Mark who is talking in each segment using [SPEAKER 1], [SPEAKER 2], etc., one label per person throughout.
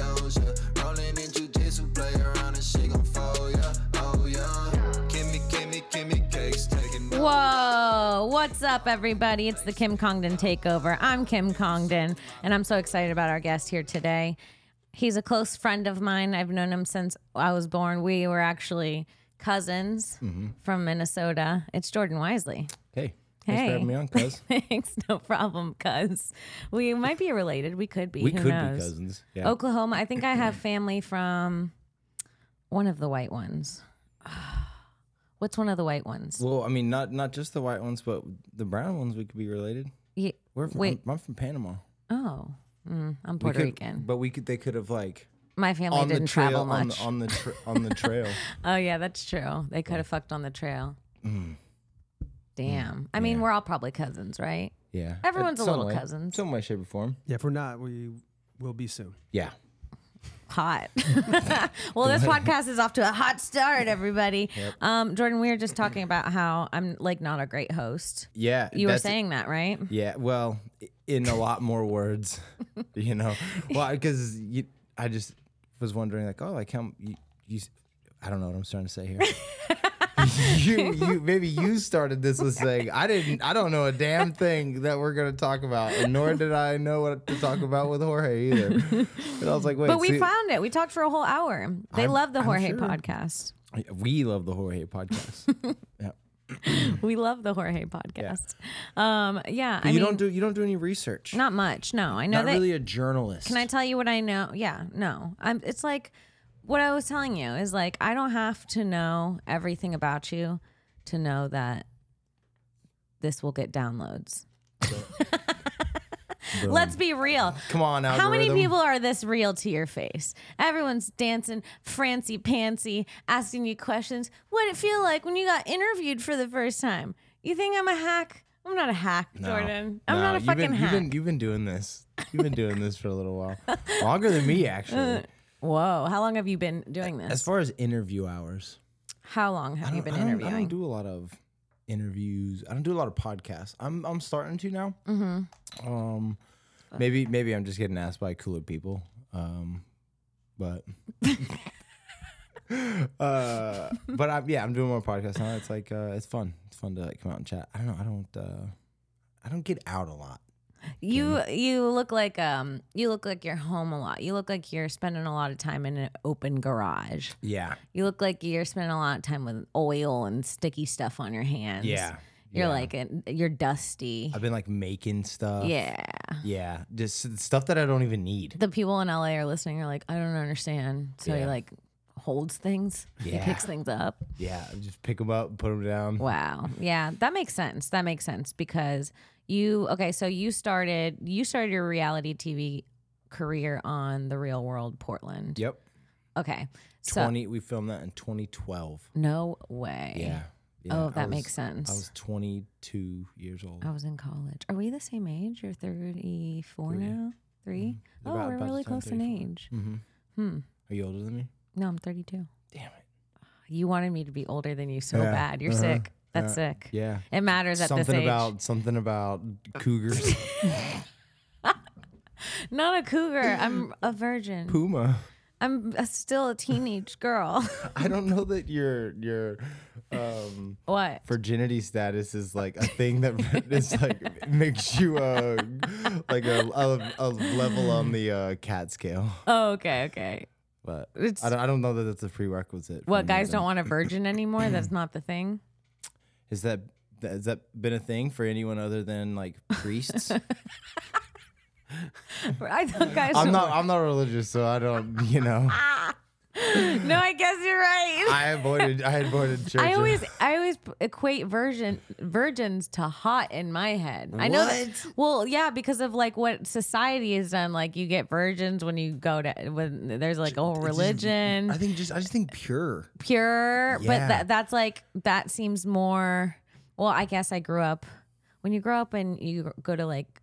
[SPEAKER 1] Oh,
[SPEAKER 2] What's up, everybody? It's the Kim Congdon Takeover. I'm Kim Congdon, and I'm so excited about our guest here today. He's a close friend of mine. I've known him since I was born. We were actually cousins
[SPEAKER 3] Mm-hmm.
[SPEAKER 2] from Minnesota. It's Jordan Wisely.
[SPEAKER 3] Hey. Thanks
[SPEAKER 2] Hey.
[SPEAKER 3] for having me on, cuz.
[SPEAKER 2] Thanks, no problem, cuz. We might be related. We could be.
[SPEAKER 3] We
[SPEAKER 2] Who
[SPEAKER 3] could
[SPEAKER 2] knows? Oh.
[SPEAKER 3] be cousins. Yeah.
[SPEAKER 2] Oklahoma. I think I have family from one of the white ones. What's one of the white ones?
[SPEAKER 3] Well, I mean, not not just the white ones, but the brown ones. We could be related.
[SPEAKER 2] Ye-
[SPEAKER 3] We're from,
[SPEAKER 2] Wait.
[SPEAKER 3] I'm, I'm from Panama.
[SPEAKER 2] Oh, mm, I'm Puerto
[SPEAKER 3] could,
[SPEAKER 2] Rican.
[SPEAKER 3] But we could. They could have like
[SPEAKER 2] My family
[SPEAKER 3] on
[SPEAKER 2] didn't
[SPEAKER 3] the trail
[SPEAKER 2] travel
[SPEAKER 3] on
[SPEAKER 2] much.
[SPEAKER 3] the on Mm. the, tra- on the trail.
[SPEAKER 2] oh yeah, that's true. They could have fucked on the trail.
[SPEAKER 3] Mm.
[SPEAKER 2] Damn. I mean, we're all probably cousins, right?
[SPEAKER 3] Yeah.
[SPEAKER 2] Everyone's a
[SPEAKER 3] Some
[SPEAKER 2] little
[SPEAKER 3] way-
[SPEAKER 2] cousins.
[SPEAKER 3] Some way, shape, or form.
[SPEAKER 4] Yeah, if we're not, we will be soon.
[SPEAKER 3] Yeah.
[SPEAKER 2] Hot. well, this podcast is off to a hot start, everybody. Um, Jordan, we were just talking about how I'm like not a great host.
[SPEAKER 3] Yeah.
[SPEAKER 2] You were
[SPEAKER 3] that's-
[SPEAKER 2] saying that, right?
[SPEAKER 3] Yeah. Well, i- in a lot more words, you know. Well, because I just was wondering, like, oh, like how m- you, you s- I don't know what I'm trying to say here. you, you, maybe you started this with saying I didn't. I don't know a damn thing that we're gonna talk about, and nor did I know what to talk about with Jorge either. And I was like, wait,
[SPEAKER 2] But we
[SPEAKER 3] see-
[SPEAKER 2] found it. We talked for a whole hour. They
[SPEAKER 3] I'm-
[SPEAKER 2] love the
[SPEAKER 3] I'm
[SPEAKER 2] Jorge
[SPEAKER 3] sure.
[SPEAKER 2] podcast.
[SPEAKER 3] we love the Jorge podcast. yeah.
[SPEAKER 2] We love the Jorge podcast. Um, yeah, I
[SPEAKER 3] you
[SPEAKER 2] mean,
[SPEAKER 3] don't do you don't do any research.
[SPEAKER 2] not much. No, I know
[SPEAKER 3] Not
[SPEAKER 2] that.
[SPEAKER 3] really a journalist.
[SPEAKER 2] Can I tell you what I know? Yeah, no. I'm, it's like what I was telling you is like I don't have to know everything about you to know that this will get downloads. Let's be real.
[SPEAKER 3] Come on, algorithm.
[SPEAKER 2] How many people are this real to your face? Everyone's dancing, francy pantsy, asking you questions. What it feel like when you got interviewed for the first time? You think I'm a hack? I'm not a hack, Jordan. I'm
[SPEAKER 3] No,
[SPEAKER 2] not a
[SPEAKER 3] you've
[SPEAKER 2] fucking
[SPEAKER 3] been,
[SPEAKER 2] hack.
[SPEAKER 3] You've been, you've been doing this. You've been doing this for a little while, longer than me
[SPEAKER 2] Uh,
[SPEAKER 3] actually.
[SPEAKER 2] Whoa, how long have you been doing this?
[SPEAKER 3] As far as interview hours,
[SPEAKER 2] How long have you been
[SPEAKER 3] I don't, I
[SPEAKER 2] interviewing?
[SPEAKER 3] don't do a lot of interviews. I don't do a lot of podcasts. I'm I'm starting to now. Mm-hmm. Um, maybe maybe I'm just getting asked by cooler people. Um, but. uh but I, yeah i'm doing more podcasts now it's like uh it's fun it's fun to like come out and chat i don't know i don't uh i don't get out a lot
[SPEAKER 2] You you look like um you look like you're home a lot. You look like you're spending a lot of time in an open garage.
[SPEAKER 3] yeah
[SPEAKER 2] You look like you're spending a lot of time with oil and sticky stuff on your hands.
[SPEAKER 3] Yeah,
[SPEAKER 2] You're
[SPEAKER 3] yeah.
[SPEAKER 2] like an- you're dusty.
[SPEAKER 3] I've been like making stuff.
[SPEAKER 2] yeah.
[SPEAKER 3] Yeah. Just s- stuff that I don't even need.
[SPEAKER 2] The people in LA are listening are like, I don't understand. So he
[SPEAKER 3] Yeah.
[SPEAKER 2] like holds things. He
[SPEAKER 3] Yeah.
[SPEAKER 2] picks things up.
[SPEAKER 3] Yeah. Just pick them up, put them down.
[SPEAKER 2] Wow. Yeah, that makes sense. That makes sense because you okay, so you started you started your reality TV career on The Real World Portland.
[SPEAKER 3] Yep.
[SPEAKER 2] Okay. So
[SPEAKER 3] 20. We filmed that in 2012.
[SPEAKER 2] no way.
[SPEAKER 3] Yeah. yeah.
[SPEAKER 2] Oh,
[SPEAKER 3] I
[SPEAKER 2] that
[SPEAKER 3] was-
[SPEAKER 2] makes sense. Oh.
[SPEAKER 3] I was 22 years old.
[SPEAKER 2] I was in college. Are we the same age? You're 34 now? 3? Oh,
[SPEAKER 3] Mm-hmm. About-
[SPEAKER 2] we're
[SPEAKER 3] about the
[SPEAKER 2] really
[SPEAKER 3] time,
[SPEAKER 2] close in
[SPEAKER 3] 34.
[SPEAKER 2] age.
[SPEAKER 3] Mm-hmm.
[SPEAKER 2] Hmm.
[SPEAKER 3] Are you older than me?
[SPEAKER 2] No, I'm 32.
[SPEAKER 3] Damn it.
[SPEAKER 2] You wanted me to be older than you so
[SPEAKER 3] Yeah,
[SPEAKER 2] bad. You're
[SPEAKER 3] uh-huh,
[SPEAKER 2] sick. That's
[SPEAKER 3] yeah,
[SPEAKER 2] sick.
[SPEAKER 3] Yeah.
[SPEAKER 2] It matters at
[SPEAKER 3] Something
[SPEAKER 2] this age.
[SPEAKER 3] about something about cougars.
[SPEAKER 2] Not a cougar. I'm a virgin.
[SPEAKER 3] Puma.
[SPEAKER 2] I'm a, still a teenage girl.
[SPEAKER 3] I don't know that your your um,
[SPEAKER 2] what?
[SPEAKER 3] virginity status is like a thing that is like makes you uh, like a, a, a level on the uh, cat scale.
[SPEAKER 2] Oh, okay, okay.
[SPEAKER 3] But
[SPEAKER 2] It's-
[SPEAKER 3] I don't, I don't know that that's a prerequisite. for
[SPEAKER 2] What guys
[SPEAKER 3] nudity.
[SPEAKER 2] don't want a virgin anymore? That's not the thing.
[SPEAKER 3] Is that that- has that been a thing for anyone other than like priests?
[SPEAKER 2] I thought guys.
[SPEAKER 3] I'm
[SPEAKER 2] don't-
[SPEAKER 3] not I'm not religious, so I don't you know.
[SPEAKER 2] No, I guess you're right.
[SPEAKER 3] I avoided I avoided church.
[SPEAKER 2] I always I always p- equate virgin virgins to hot in my head. I know that. Well, yeah, because of like what society has done. Like you get virgins when you go to when there's like a whole religion,
[SPEAKER 3] I think just I just think pure.
[SPEAKER 2] pure. But
[SPEAKER 3] Yeah.
[SPEAKER 2] that that's like that seems more. Well, I guess I grew up when you grow up and you go to like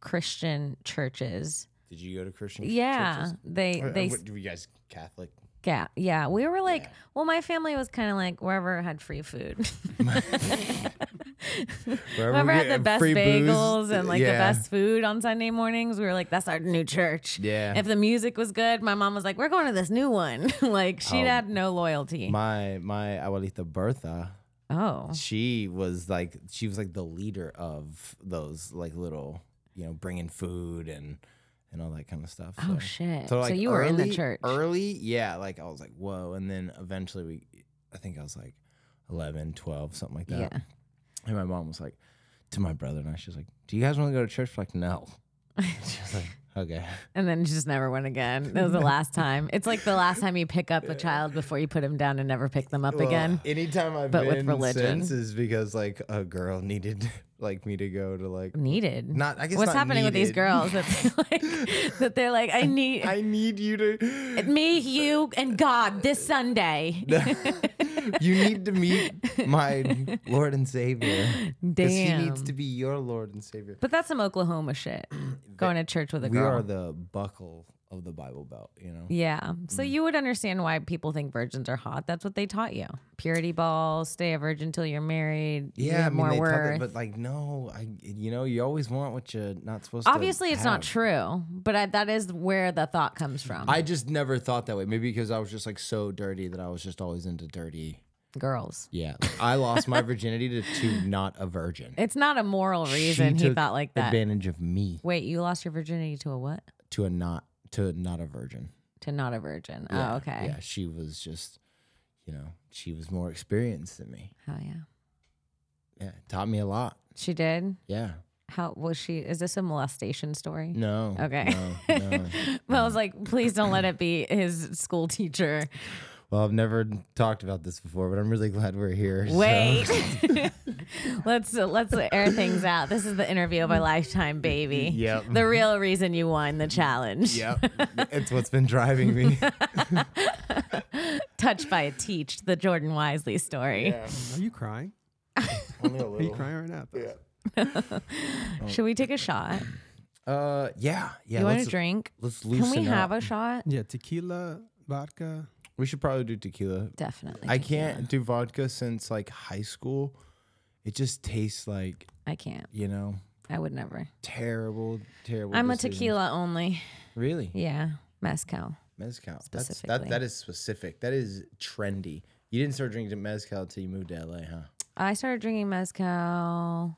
[SPEAKER 2] Christian churches.
[SPEAKER 3] Did you go to Christian?
[SPEAKER 2] Yeah,
[SPEAKER 3] churches? Uh,
[SPEAKER 2] they
[SPEAKER 3] Or- or
[SPEAKER 2] they
[SPEAKER 3] what- were you guys Catholic?
[SPEAKER 2] Yeah, yeah. We were like, well, my family was kind of like wherever had free food,
[SPEAKER 3] Wherever
[SPEAKER 2] wherever
[SPEAKER 3] we
[SPEAKER 2] had the
[SPEAKER 3] get
[SPEAKER 2] best
[SPEAKER 3] free booze,
[SPEAKER 2] bagels and like the
[SPEAKER 3] yeah.
[SPEAKER 2] best food on Sunday mornings. We were like, that's our new church.
[SPEAKER 3] Yeah.
[SPEAKER 2] If the music was good, my mom was like, we're
[SPEAKER 3] Oh.
[SPEAKER 2] going to this new one. like she had no loyalty.
[SPEAKER 3] My my abuelita Bertha
[SPEAKER 2] Oh,
[SPEAKER 3] she was like she was like the leader of those like little you know bringing food and and all that kind of stuff.
[SPEAKER 2] Oh,
[SPEAKER 3] so.
[SPEAKER 2] shit. So you were in the church.
[SPEAKER 3] early, yeah. Like I was like whoa, and then eventually we, I think I was like 11, 12, something like that.
[SPEAKER 2] yeah.
[SPEAKER 3] And my mom was like to my brother and I, she was like, "Do you guys want to go to church?" We're like no. She was like, okay.
[SPEAKER 2] And then just never went again. That was the last time. It's like the last time you pick up a child before you put him down and never pick them up
[SPEAKER 3] Well,
[SPEAKER 2] again.
[SPEAKER 3] Anytime I've
[SPEAKER 2] but with
[SPEAKER 3] been
[SPEAKER 2] religion.
[SPEAKER 3] since is because like a girl needed like me to go to like
[SPEAKER 2] Needed.
[SPEAKER 3] Not- I guess
[SPEAKER 2] What's
[SPEAKER 3] not
[SPEAKER 2] happening with these
[SPEAKER 3] needed.
[SPEAKER 2] girls that they're like, that they're like I need
[SPEAKER 3] I need you to
[SPEAKER 2] me, you, and God this Sunday.
[SPEAKER 3] you need to meet my Lord and Savior. Because he needs
[SPEAKER 2] Damn.
[SPEAKER 3] to be your Lord and Savior.
[SPEAKER 2] But that's some Oklahoma shit. Going to church with a
[SPEAKER 3] We
[SPEAKER 2] girl.
[SPEAKER 3] are the buckle of the Bible Belt, you know?
[SPEAKER 2] yeah. So
[SPEAKER 3] Mm.
[SPEAKER 2] you would understand why people think virgins are hot. That's what they taught you. Purity balls, stay a virgin till you're married. you have more
[SPEAKER 3] taught that,
[SPEAKER 2] worth.
[SPEAKER 3] but like, no, I, you know, you always want what you're not supposed to
[SPEAKER 2] Obviously, it's not
[SPEAKER 3] have.
[SPEAKER 2] true, but I, that is where the thought comes from.
[SPEAKER 3] I just never thought that way. Maybe because I was just like so dirty that I was just always into dirty.
[SPEAKER 2] Girls.
[SPEAKER 3] Yeah. I lost my virginity to, to not a virgin.
[SPEAKER 2] It's not a moral reason
[SPEAKER 3] She
[SPEAKER 2] he
[SPEAKER 3] took
[SPEAKER 2] thought like that.
[SPEAKER 3] Advantage of me
[SPEAKER 2] Wait, you lost your virginity to a what?
[SPEAKER 3] to a not to not a virgin.
[SPEAKER 2] To not a virgin. oh, okay.
[SPEAKER 3] Yeah, she was just, you know, she was more experienced than me.
[SPEAKER 2] Hell yeah.
[SPEAKER 3] Yeah, taught me a lot.
[SPEAKER 2] She did.
[SPEAKER 3] Yeah.
[SPEAKER 2] How was she? Is this a molestation story?
[SPEAKER 3] No.
[SPEAKER 2] Okay.
[SPEAKER 3] No, no.
[SPEAKER 2] Well, I was like, please don't let it be his school teacher.
[SPEAKER 3] well, I've never talked about this before, but I'm really glad we're here. so-
[SPEAKER 2] Wait, let's let's air things out. This is the interview of a lifetime, baby.
[SPEAKER 3] Yep.
[SPEAKER 2] The real reason you won the challenge.
[SPEAKER 3] Yep. it's what's been driving me.
[SPEAKER 2] Touched by a teach, the Jordan Wisely story.
[SPEAKER 4] Are you crying?
[SPEAKER 3] Only a
[SPEAKER 4] Are you crying right now?
[SPEAKER 2] Should we take a shot?
[SPEAKER 3] Uh, yeah. Yeah.
[SPEAKER 2] you want
[SPEAKER 3] let's-
[SPEAKER 2] a drink?
[SPEAKER 3] Let's loosen
[SPEAKER 2] Can we have
[SPEAKER 3] up.
[SPEAKER 2] a shot?
[SPEAKER 4] Yeah, tequila, vodka.
[SPEAKER 3] We should probably do tequila.
[SPEAKER 2] Definitely.
[SPEAKER 3] I can't do vodka since like high school. It just tastes like,
[SPEAKER 2] I can't.
[SPEAKER 3] you know,
[SPEAKER 2] I would never.
[SPEAKER 3] terrible, terrible.
[SPEAKER 2] I'm a
[SPEAKER 3] decision.
[SPEAKER 2] tequila only.
[SPEAKER 3] Really?
[SPEAKER 2] Yeah. Mezcal.
[SPEAKER 3] Mezcal. That's, that,
[SPEAKER 2] Specifically.
[SPEAKER 3] that is specific. That is trendy. You didn't start drinking mezcal until you moved to LA, huh?
[SPEAKER 2] I started drinking mezcal.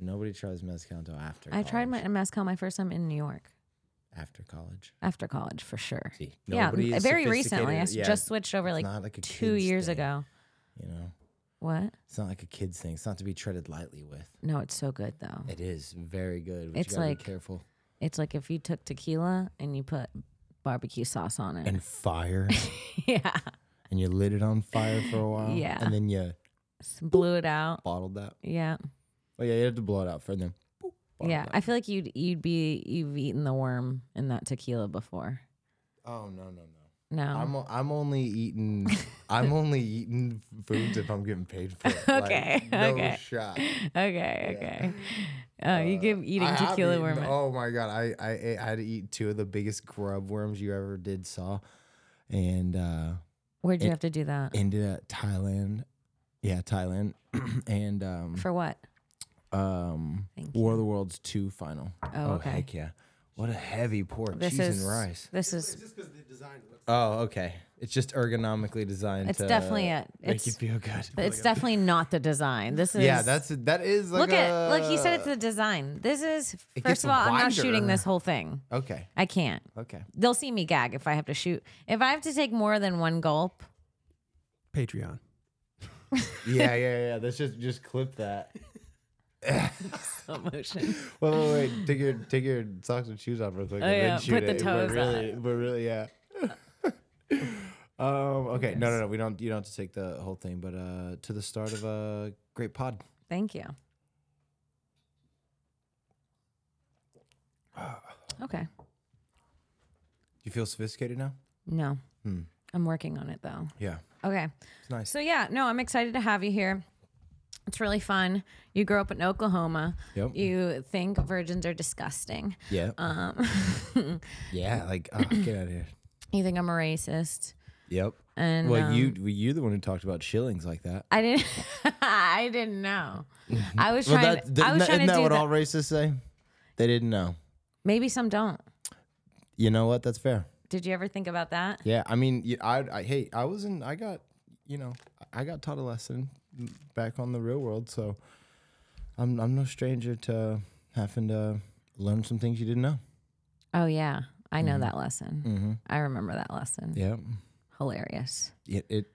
[SPEAKER 3] Nobody tries mezcal until after.
[SPEAKER 2] I tried
[SPEAKER 3] college.
[SPEAKER 2] my mezcal my first time in New York
[SPEAKER 3] after college.
[SPEAKER 2] after college for sure.
[SPEAKER 3] See,
[SPEAKER 2] yeah,
[SPEAKER 3] nobody
[SPEAKER 2] m-
[SPEAKER 3] is
[SPEAKER 2] very recently. I s-
[SPEAKER 3] sophisticated. Yeah,
[SPEAKER 2] just switched over
[SPEAKER 3] it's
[SPEAKER 2] like,
[SPEAKER 3] not like a
[SPEAKER 2] two
[SPEAKER 3] kid's
[SPEAKER 2] years
[SPEAKER 3] thing,
[SPEAKER 2] ago.
[SPEAKER 3] You know,
[SPEAKER 2] What?
[SPEAKER 3] it's not like a kid's thing. It's not to be treaded lightly with.
[SPEAKER 2] No, it's so good though.
[SPEAKER 3] It is very good. But
[SPEAKER 2] It's
[SPEAKER 3] you gotta
[SPEAKER 2] like-
[SPEAKER 3] be careful
[SPEAKER 2] It's like if you took tequila and you put barbecue sauce on it.
[SPEAKER 3] and fire,
[SPEAKER 2] yeah.
[SPEAKER 3] and you lit it on fire for a while.
[SPEAKER 2] Yeah.
[SPEAKER 3] and then you
[SPEAKER 2] S- Blew it out.
[SPEAKER 3] bottled that.
[SPEAKER 2] Yeah.
[SPEAKER 3] Oh yeah, you have to blow it out for them.
[SPEAKER 2] Yeah. I feel like you'd you'd be you've eaten the worm in that tequila before.
[SPEAKER 3] Oh no no no.
[SPEAKER 2] No.
[SPEAKER 3] I'm o- I'm only eating I'm only eating foods if I'm getting paid for it.
[SPEAKER 2] Okay,
[SPEAKER 3] Like, no
[SPEAKER 2] okay.
[SPEAKER 3] shot.
[SPEAKER 2] okay, okay. Oh, you give eating
[SPEAKER 3] Uh, I have
[SPEAKER 2] tequila
[SPEAKER 3] eaten-
[SPEAKER 2] worm.
[SPEAKER 3] Oh my god, I, I ate- I had to eat two of the biggest grub worms you ever did saw, and uh,
[SPEAKER 2] Where'd you
[SPEAKER 3] it-
[SPEAKER 2] have to do that?
[SPEAKER 3] ended at Thailand. Yeah, Thailand, and um
[SPEAKER 2] For what?
[SPEAKER 3] um
[SPEAKER 2] Thank
[SPEAKER 3] War of the Worlds two final.
[SPEAKER 2] Oh, okay.
[SPEAKER 3] heck yeah! What a heavy pork,
[SPEAKER 2] This
[SPEAKER 3] cheese
[SPEAKER 2] is
[SPEAKER 3] and rice.
[SPEAKER 2] This is
[SPEAKER 4] Just because they designed it.
[SPEAKER 3] Oh okay, it's just ergonomically designed.
[SPEAKER 2] It's
[SPEAKER 3] to
[SPEAKER 2] definitely it.
[SPEAKER 3] Make
[SPEAKER 2] It's-
[SPEAKER 3] you feel good.
[SPEAKER 2] it's definitely not the design. This is
[SPEAKER 3] Yeah, that's that is like
[SPEAKER 2] look at look. He said
[SPEAKER 3] a-
[SPEAKER 2] it's the design. This is first
[SPEAKER 3] gets
[SPEAKER 2] of all, I'm not shooting
[SPEAKER 3] wider.
[SPEAKER 2] this whole thing.
[SPEAKER 3] Okay.
[SPEAKER 2] I can't.
[SPEAKER 3] Okay.
[SPEAKER 2] They'll see me gag if I have to shoot. If I have to take more than one gulp,
[SPEAKER 4] Patreon.
[SPEAKER 3] Yeah, yeah, yeah. Let's just just clip that.
[SPEAKER 2] slow motion.
[SPEAKER 3] Wait, wait, wait. Take your take your socks and shoes off real quick. and
[SPEAKER 2] Oh, yeah,
[SPEAKER 3] then shoot
[SPEAKER 2] put the
[SPEAKER 3] it.
[SPEAKER 2] toes
[SPEAKER 3] We're really, we're really, yeah. um. Okay. No, no, no. We don't. You don't have to take the whole thing, but uh, to the start of a great pod.
[SPEAKER 2] Thank you. Okay.
[SPEAKER 3] You feel sophisticated now?
[SPEAKER 2] No, I'm working on it though.
[SPEAKER 3] Yeah.
[SPEAKER 2] Okay.
[SPEAKER 3] Hmm. It's nice.
[SPEAKER 2] So yeah, no, I'm excited to have you here. It's really fun. You grew up in Oklahoma.
[SPEAKER 3] Yep.
[SPEAKER 2] You think virgins are disgusting.
[SPEAKER 3] yeah.
[SPEAKER 2] Um,
[SPEAKER 3] yeah. Like, oh, get out of here.
[SPEAKER 2] you think I'm a racist.
[SPEAKER 3] Yep.
[SPEAKER 2] And
[SPEAKER 3] Well,
[SPEAKER 2] um,
[SPEAKER 3] you were you the one who talked about shillings like that.
[SPEAKER 2] I didn't. I didn't know. I was
[SPEAKER 3] Mm-hmm. Well,
[SPEAKER 2] trying.
[SPEAKER 3] that,
[SPEAKER 2] I was
[SPEAKER 3] isn't
[SPEAKER 2] trying to
[SPEAKER 3] that
[SPEAKER 2] do
[SPEAKER 3] what
[SPEAKER 2] that.
[SPEAKER 3] all racists say? They didn't know.
[SPEAKER 2] Maybe some don't.
[SPEAKER 3] You know what? That's fair.
[SPEAKER 2] Did you ever think about that?
[SPEAKER 3] Yeah, I mean, you- I, I hey, I was in, I got, you know, I got taught a lesson back on the real world. So I'm I'm no stranger to having to learn some things you didn't know.
[SPEAKER 2] Oh yeah, I know
[SPEAKER 3] Mhm.
[SPEAKER 2] that lesson.
[SPEAKER 3] Mm-hmm.
[SPEAKER 2] I remember that lesson.
[SPEAKER 3] Yeah. Mm-hmm.
[SPEAKER 2] Hilarious.
[SPEAKER 3] It, it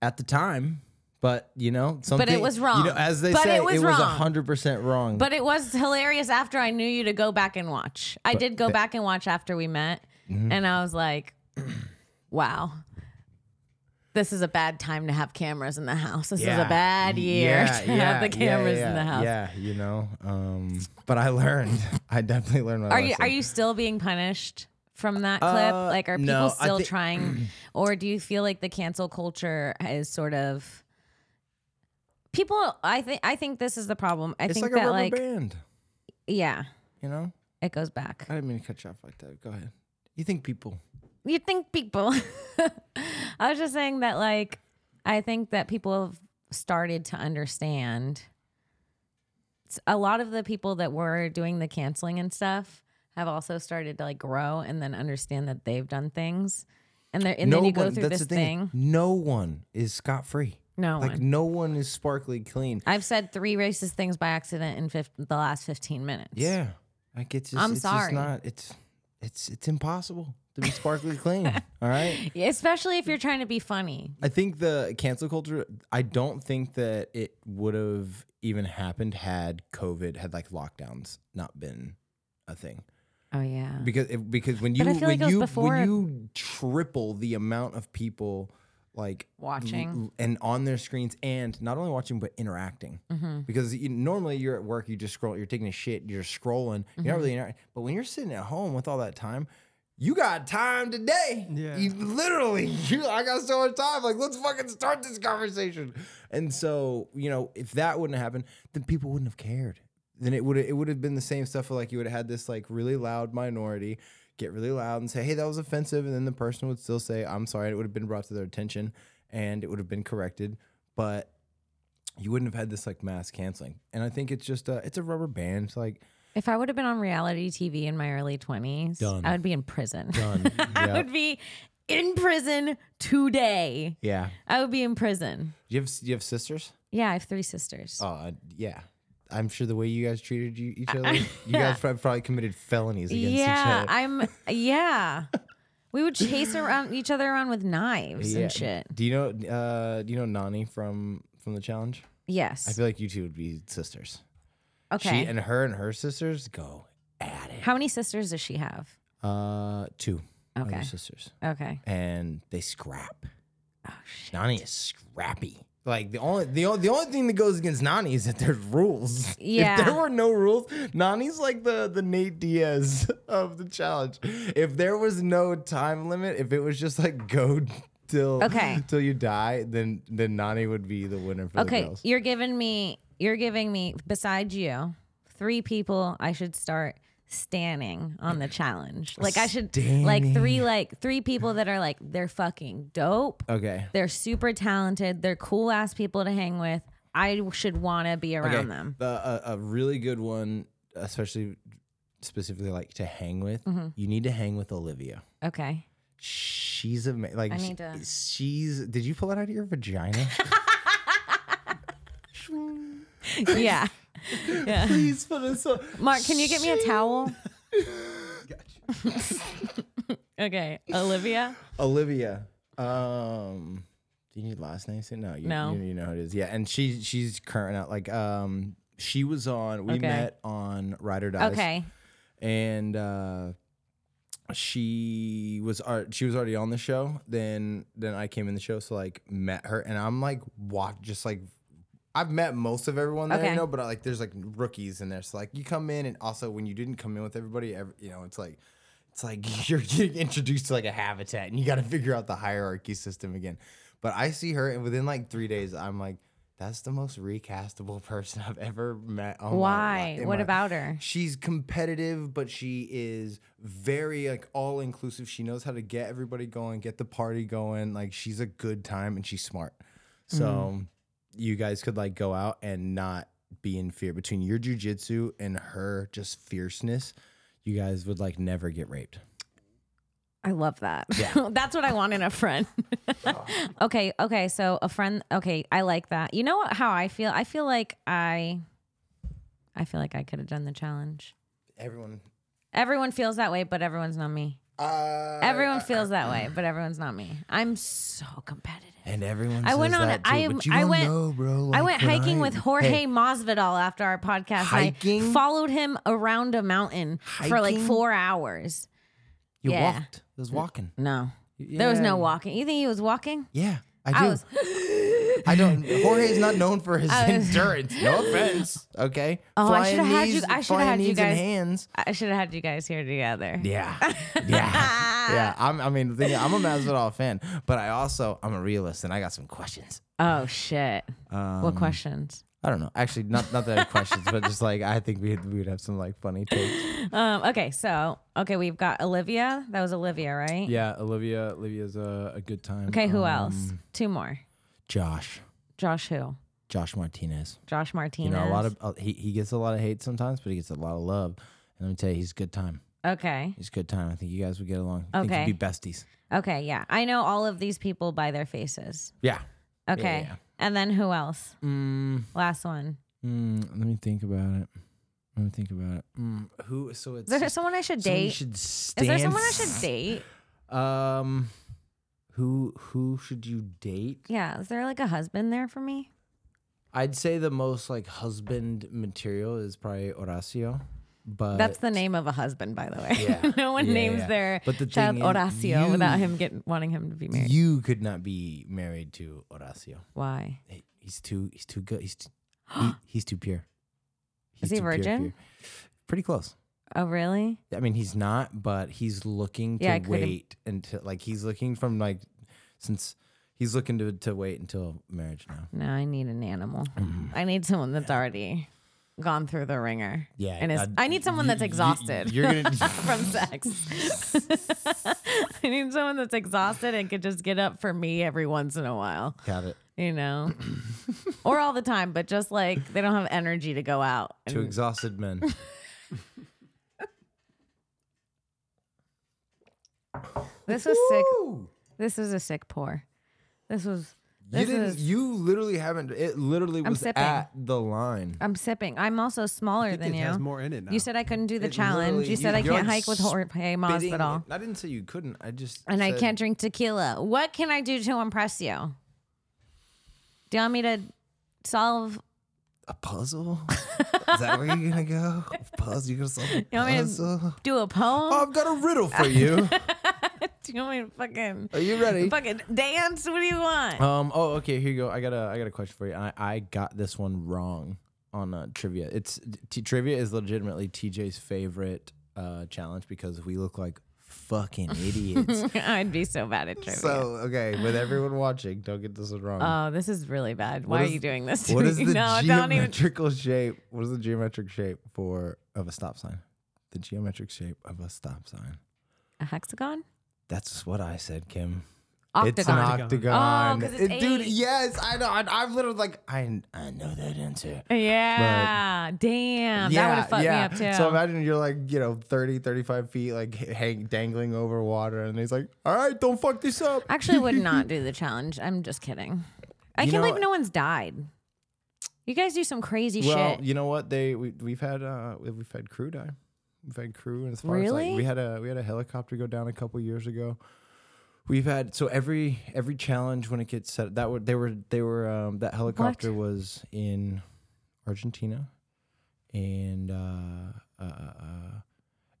[SPEAKER 3] at the time, but you know something.
[SPEAKER 2] was
[SPEAKER 3] You
[SPEAKER 2] wrong.
[SPEAKER 3] know, as they
[SPEAKER 2] But
[SPEAKER 3] say,
[SPEAKER 2] it was
[SPEAKER 3] was
[SPEAKER 2] wrong.
[SPEAKER 3] hundred percent wrong.
[SPEAKER 2] But it was hilarious after I knew you to go back and watch. I did go back and watch after we met,
[SPEAKER 3] Mm-hmm.
[SPEAKER 2] and I was like, wow. This is a bad time to have cameras in the house. This is a bad year
[SPEAKER 3] Yeah,
[SPEAKER 2] to
[SPEAKER 3] yeah,
[SPEAKER 2] have the
[SPEAKER 3] yeah,
[SPEAKER 2] cameras
[SPEAKER 3] yeah,
[SPEAKER 2] in the house.
[SPEAKER 3] Yeah, you know. Um, but I learned. I definitely learned my
[SPEAKER 2] Are you
[SPEAKER 3] lesson.
[SPEAKER 2] are you still being punished from that clip?
[SPEAKER 3] Uh,
[SPEAKER 2] like, are people
[SPEAKER 3] no, I
[SPEAKER 2] still
[SPEAKER 3] thi-
[SPEAKER 2] trying, or do you feel like the cancel culture is sort of people? I think I think this is the problem. I
[SPEAKER 3] It's
[SPEAKER 2] think
[SPEAKER 3] like a
[SPEAKER 2] that
[SPEAKER 3] rubber
[SPEAKER 2] like
[SPEAKER 3] band.
[SPEAKER 2] yeah,
[SPEAKER 3] You know.
[SPEAKER 2] it goes back.
[SPEAKER 3] I didn't mean to cut you off like that. Go ahead. You think people?
[SPEAKER 2] You think people? I was just saying that like I think that people have started to understand. s- A lot of the people that were doing the canceling and stuff have also started to like grow and then understand that they've done things, and they and then you go through
[SPEAKER 3] that's
[SPEAKER 2] this
[SPEAKER 3] the
[SPEAKER 2] thing.
[SPEAKER 3] No one is scot free.
[SPEAKER 2] No
[SPEAKER 3] like
[SPEAKER 2] one.
[SPEAKER 3] no one is sparkly clean.
[SPEAKER 2] I've said three racist things by accident in fif- the last fifteen minutes.
[SPEAKER 3] Yeah, like it's. Just,
[SPEAKER 2] I'm
[SPEAKER 3] it's
[SPEAKER 2] sorry.
[SPEAKER 3] Just not. It's it's it's impossible to be sparkly clean. All right.
[SPEAKER 2] especially if you're trying to be funny.
[SPEAKER 3] I think the cancel culture. I don't think that it would have even happened had COVID had like lockdowns not been a thing.
[SPEAKER 2] Oh yeah,
[SPEAKER 3] Because if, because when you
[SPEAKER 2] I feel
[SPEAKER 3] when
[SPEAKER 2] like it was
[SPEAKER 3] you
[SPEAKER 2] before-
[SPEAKER 3] when you triple the amount of people like
[SPEAKER 2] Watching.
[SPEAKER 3] l- and on their screens and not only watching but interacting because you, normally you're at work you just scroll you're taking a shit you're scrolling you're not really interacting but when you're sitting at home with all that time you got time today
[SPEAKER 4] Yeah.
[SPEAKER 3] you literally you, I got so much time like let's fucking start this conversation and so you know if that wouldn't have happened then people wouldn't have cared then it would it would have been the same stuff where, like you would have had this like really loud minority get really loud and say hey that was offensive and then the person would still say I'm sorry and it would have been brought to their attention and it would have been corrected but you wouldn't have had this like mass canceling and I think it's just a it's a rubber band it's like
[SPEAKER 2] If I would have been on reality TV in my early 20s,
[SPEAKER 3] Done.
[SPEAKER 2] I would be in prison.
[SPEAKER 3] Done.
[SPEAKER 2] I
[SPEAKER 3] Yeah.
[SPEAKER 2] would be in prison today.
[SPEAKER 3] yeah
[SPEAKER 2] I would be in prison.
[SPEAKER 3] do you have do you have sisters
[SPEAKER 2] Yeah, I have three sisters.
[SPEAKER 3] Oh, I- yeah. I'm sure the way you guys treated you, each other, you guys prob- probably committed felonies against
[SPEAKER 2] yeah,
[SPEAKER 3] each other.
[SPEAKER 2] I'm yeah. we would chase around each other around with knives
[SPEAKER 3] Yeah.
[SPEAKER 2] and shit.
[SPEAKER 3] Do you know? Uh, do you know Nani from from the challenge? I
[SPEAKER 2] Yes.
[SPEAKER 3] feel like you two would be sisters.
[SPEAKER 2] Okay.
[SPEAKER 3] She and her and her sisters go at it.
[SPEAKER 2] How many sisters does she have?
[SPEAKER 3] Uh, two
[SPEAKER 2] Okay.
[SPEAKER 3] other sisters,
[SPEAKER 2] Okay.
[SPEAKER 3] and they scrap.
[SPEAKER 2] Oh shit.
[SPEAKER 3] Nani is scrappy. Like the only the, o- the only thing that goes against Nani is that there's rules.
[SPEAKER 2] Yeah.
[SPEAKER 3] If there were no rules, Nani's like the the Nate Diaz of the challenge. If there was no time limit, if it was just like go till
[SPEAKER 2] Okay.
[SPEAKER 3] till you die, then then Nani would be the winner for the
[SPEAKER 2] Okay,
[SPEAKER 3] girls.
[SPEAKER 2] you're giving me you're giving me besides you three people I should start standing on the challenge. Like I should like three like three people that are like they're fucking dope.
[SPEAKER 3] Okay.
[SPEAKER 2] They're super talented. They're cool ass people to hang with. I should want to be around
[SPEAKER 3] Okay.
[SPEAKER 2] them.
[SPEAKER 3] The- a, a really good one, especially specifically like to hang with.
[SPEAKER 2] Mm-hmm.
[SPEAKER 3] You need to hang with Olivia.
[SPEAKER 2] Okay.
[SPEAKER 3] She's amazing. Like
[SPEAKER 2] I
[SPEAKER 3] she-
[SPEAKER 2] need to-
[SPEAKER 3] she's. Did you pull it out of your vagina?
[SPEAKER 2] Yeah. yeah.
[SPEAKER 3] Please put us on.
[SPEAKER 2] Mark, can you get me a towel? okay. Olivia.
[SPEAKER 3] Olivia. Um, do you need last name? soon? No, you,
[SPEAKER 2] No.
[SPEAKER 3] you, you know who it is. Yeah, and she she's current out. Like, um, she was on. We
[SPEAKER 2] Okay.
[SPEAKER 3] met on Ride or Dies.
[SPEAKER 2] Okay.
[SPEAKER 3] and uh, she was ar- she was already on the show. Then then I came in the show, so like met her, and I'm like watch just like. I've met most of everyone there,
[SPEAKER 2] Okay.
[SPEAKER 3] you know, but like there's like rookies in there. So like you come in, and also when you didn't come in with everybody, ev you know, it's like it's like you're getting introduced to like a habitat, and you got to figure out the hierarchy system again. But I see her, and within like three days, I'm like, that's the most recastable person I've ever met. on Oh my li-
[SPEAKER 2] Why?
[SPEAKER 3] in
[SPEAKER 2] What
[SPEAKER 3] my-
[SPEAKER 2] about her?
[SPEAKER 3] She's competitive, but she is very like all inclusive. She knows how to get everybody going, get the party going. Like she's a good time and she's smart. So
[SPEAKER 2] Mm-hmm.
[SPEAKER 3] you guys could like go out and not be in fear between your jujitsu and her just fierceness. You guys would like never get raped.
[SPEAKER 2] I love that. That's what I want in a friend. okay, okay. So a friend. Okay, I like that. You know what, how I feel? I feel like I, I feel like I could have done the challenge.
[SPEAKER 3] Everyone.
[SPEAKER 2] Everyone feels that way, but everyone's not me.
[SPEAKER 3] Uh,
[SPEAKER 2] everyone feels that way, but everyone's not me. I'm so competitive.
[SPEAKER 3] And everyone.
[SPEAKER 2] I went
[SPEAKER 3] says
[SPEAKER 2] on.
[SPEAKER 3] that too,
[SPEAKER 2] I
[SPEAKER 3] but you
[SPEAKER 2] I
[SPEAKER 3] don't
[SPEAKER 2] went.
[SPEAKER 3] know, bro,
[SPEAKER 2] I
[SPEAKER 3] like,
[SPEAKER 2] went
[SPEAKER 3] when
[SPEAKER 2] hiking
[SPEAKER 3] I-
[SPEAKER 2] with Jorge
[SPEAKER 3] Hey,
[SPEAKER 2] Masvidal after our podcast. I
[SPEAKER 3] Hiking?
[SPEAKER 2] followed him around a mountain for like
[SPEAKER 3] Hiking?
[SPEAKER 2] four hours.
[SPEAKER 3] you
[SPEAKER 2] yeah.
[SPEAKER 3] walked. It was walking.
[SPEAKER 2] No, there was
[SPEAKER 4] Yeah.
[SPEAKER 2] no walking. You think he was walking?
[SPEAKER 3] Yeah, I do.
[SPEAKER 2] I
[SPEAKER 3] I,
[SPEAKER 2] was.
[SPEAKER 3] don't. Jorge is not known for his
[SPEAKER 2] I was-
[SPEAKER 3] endurance. No offense. Okay.
[SPEAKER 2] Oh, I
[SPEAKER 3] Flying
[SPEAKER 2] shoulda had you-
[SPEAKER 3] knees-
[SPEAKER 2] I shoulda
[SPEAKER 3] flying
[SPEAKER 2] had you
[SPEAKER 3] knees and
[SPEAKER 2] guys-
[SPEAKER 3] hands.
[SPEAKER 2] I should have had you guys here together.
[SPEAKER 3] Yeah. Yeah. yeah. I'm, I mean, the thing, I'm a Masvidal fan, but I also, I'm a realist and I got some questions.
[SPEAKER 2] Oh shit!
[SPEAKER 3] Um,
[SPEAKER 2] what questions?
[SPEAKER 3] I don't know. Actually, not not that I have questions, but just like, I think we we would have some like funny takes.
[SPEAKER 2] Um, okay, so okay, we've got Olivia. That was Olivia, right?
[SPEAKER 5] Yeah, Olivia. Olivia's a, a good time.
[SPEAKER 2] Okay, who
[SPEAKER 5] Um,
[SPEAKER 2] else? Two more.
[SPEAKER 3] Josh,
[SPEAKER 2] Josh who?
[SPEAKER 3] Josh Martinez.
[SPEAKER 2] Josh
[SPEAKER 3] You
[SPEAKER 2] Martinez.
[SPEAKER 3] know, a lot of, uh, he, he gets a lot of hate sometimes, but he gets a lot of love. And let me tell you, he's a good time.
[SPEAKER 2] Okay.
[SPEAKER 3] He's a good time. I think you guys would get along. I
[SPEAKER 2] Okay.
[SPEAKER 3] think you'd be besties.
[SPEAKER 2] Okay, yeah. I know all of these people by their faces.
[SPEAKER 3] Yeah.
[SPEAKER 2] Okay.
[SPEAKER 3] yeah.
[SPEAKER 2] And then who else?
[SPEAKER 3] Mm,
[SPEAKER 2] Last one.
[SPEAKER 5] Mm, let me think about it. Let me think about it.
[SPEAKER 3] mm, who? So it's.
[SPEAKER 2] Is there someone I should
[SPEAKER 3] someone you
[SPEAKER 2] date?
[SPEAKER 3] should
[SPEAKER 2] Is
[SPEAKER 3] stand
[SPEAKER 2] there someone I should date?
[SPEAKER 3] Um, who who should you date?
[SPEAKER 2] Yeah. Is there like a husband there for me?
[SPEAKER 3] I'd say the most like husband material is probably Horacio, but
[SPEAKER 2] That's the name of a husband, by the way.
[SPEAKER 3] Yeah.
[SPEAKER 2] no one
[SPEAKER 3] Yeah,
[SPEAKER 2] names
[SPEAKER 3] yeah.
[SPEAKER 2] their
[SPEAKER 3] But the
[SPEAKER 2] child
[SPEAKER 3] thing is,
[SPEAKER 2] Horacio
[SPEAKER 3] you-
[SPEAKER 2] without him getting wanting him to be married.
[SPEAKER 3] you could not be married to Horacio.
[SPEAKER 2] Why?
[SPEAKER 3] He- He's too he's too good. He's too, he, he's too pure.
[SPEAKER 2] Is
[SPEAKER 3] He's
[SPEAKER 2] he
[SPEAKER 3] too pure,
[SPEAKER 2] virgin?
[SPEAKER 3] pure. Pretty close.
[SPEAKER 2] Oh, really?
[SPEAKER 3] I mean, he's not, but he's looking to
[SPEAKER 2] Yeah, I could've-
[SPEAKER 3] wait until like he's looking from like since he's looking to to wait until marriage now.
[SPEAKER 2] No, I need an animal. I need someone that's already gone through the ringer.
[SPEAKER 3] Yeah,
[SPEAKER 2] And is,
[SPEAKER 3] I'd-
[SPEAKER 2] I need someone
[SPEAKER 3] you-
[SPEAKER 2] that's
[SPEAKER 3] you-
[SPEAKER 2] exhausted
[SPEAKER 3] You're gonna
[SPEAKER 2] from sex. I need someone that's exhausted and could just get up for me every once in a while,
[SPEAKER 3] got it.
[SPEAKER 2] you know? or all the time, but just like they don't have energy to go out.
[SPEAKER 3] Two
[SPEAKER 2] And-
[SPEAKER 3] exhausted men.
[SPEAKER 2] this was sick. This is a sick pour. This was.
[SPEAKER 3] You
[SPEAKER 2] This
[SPEAKER 3] didn't.
[SPEAKER 2] is-
[SPEAKER 3] you literally haven't. It literally was
[SPEAKER 2] sipping.
[SPEAKER 3] at the line.
[SPEAKER 2] I'm sipping. I'm also smaller
[SPEAKER 4] think
[SPEAKER 2] than
[SPEAKER 4] it
[SPEAKER 2] you.
[SPEAKER 4] has more in it now.
[SPEAKER 2] You said I couldn't do the
[SPEAKER 3] It
[SPEAKER 2] challenge.
[SPEAKER 3] literally-
[SPEAKER 2] You said
[SPEAKER 3] you-
[SPEAKER 2] I
[SPEAKER 3] you're
[SPEAKER 2] can't
[SPEAKER 3] like
[SPEAKER 2] hike with Jorge
[SPEAKER 3] Bidding-
[SPEAKER 2] Masvidal.
[SPEAKER 3] I didn't say you couldn't. I just
[SPEAKER 2] and I
[SPEAKER 3] said-
[SPEAKER 2] can't drink tequila. What can I do to impress you? Do you want me to solve?
[SPEAKER 3] a puzzle. Is that where you're gonna go? A puzzle. You're gonna solve a
[SPEAKER 2] You want me to-
[SPEAKER 3] puzzle.
[SPEAKER 2] Do a poem?
[SPEAKER 3] Oh, I've got a riddle for you.
[SPEAKER 2] do you want me to fucking
[SPEAKER 3] Are you ready?
[SPEAKER 2] fucking dance? What do you want?
[SPEAKER 3] Um. Oh, okay. Here you go. I got a. I got a question for you. I I got this one wrong on uh, trivia. It's t- trivia is legitimately TJ's favorite uh, challenge because we look like fucking idiots.
[SPEAKER 2] I'd be so bad at trivia.
[SPEAKER 3] So okay, with everyone watching, don't get this one wrong.
[SPEAKER 2] oh, this is really bad. Why
[SPEAKER 3] What
[SPEAKER 2] are
[SPEAKER 3] is-
[SPEAKER 2] you doing this? To
[SPEAKER 3] what is
[SPEAKER 2] me?
[SPEAKER 3] the
[SPEAKER 2] no? Don't even.
[SPEAKER 3] geometrical shape? What is the geometric shape for of a stop sign? The geometric shape of a stop sign.
[SPEAKER 2] A hexagon?
[SPEAKER 3] That's what I said, Kim. It's an
[SPEAKER 2] Octagon.
[SPEAKER 3] octagon.
[SPEAKER 2] Oh, 'cause it's
[SPEAKER 3] It- dude,
[SPEAKER 2] eight.
[SPEAKER 3] yes, I know. I, I'm literally like, I, I know that answer.
[SPEAKER 2] yeah. Damn. that would have fucked me up too.
[SPEAKER 3] So imagine you're like, you know, 30, 35 feet, like hang, dangling over water, and he's like, all right, don't fuck this up.
[SPEAKER 2] Actually, would not do the challenge. I'm just kidding. I
[SPEAKER 3] You
[SPEAKER 2] can't
[SPEAKER 3] know-
[SPEAKER 2] believe no one's died. You guys do some crazy
[SPEAKER 3] Well,
[SPEAKER 2] shit.
[SPEAKER 3] you know what? They we, we've had uh we- we've had crew die. We've had crew and as far as
[SPEAKER 2] Really?
[SPEAKER 3] like we had a we had a helicopter go down a couple years ago. We've had so every every challenge when it gets set that were they were they were um that helicopter was in Argentina and uh uh, uh uh,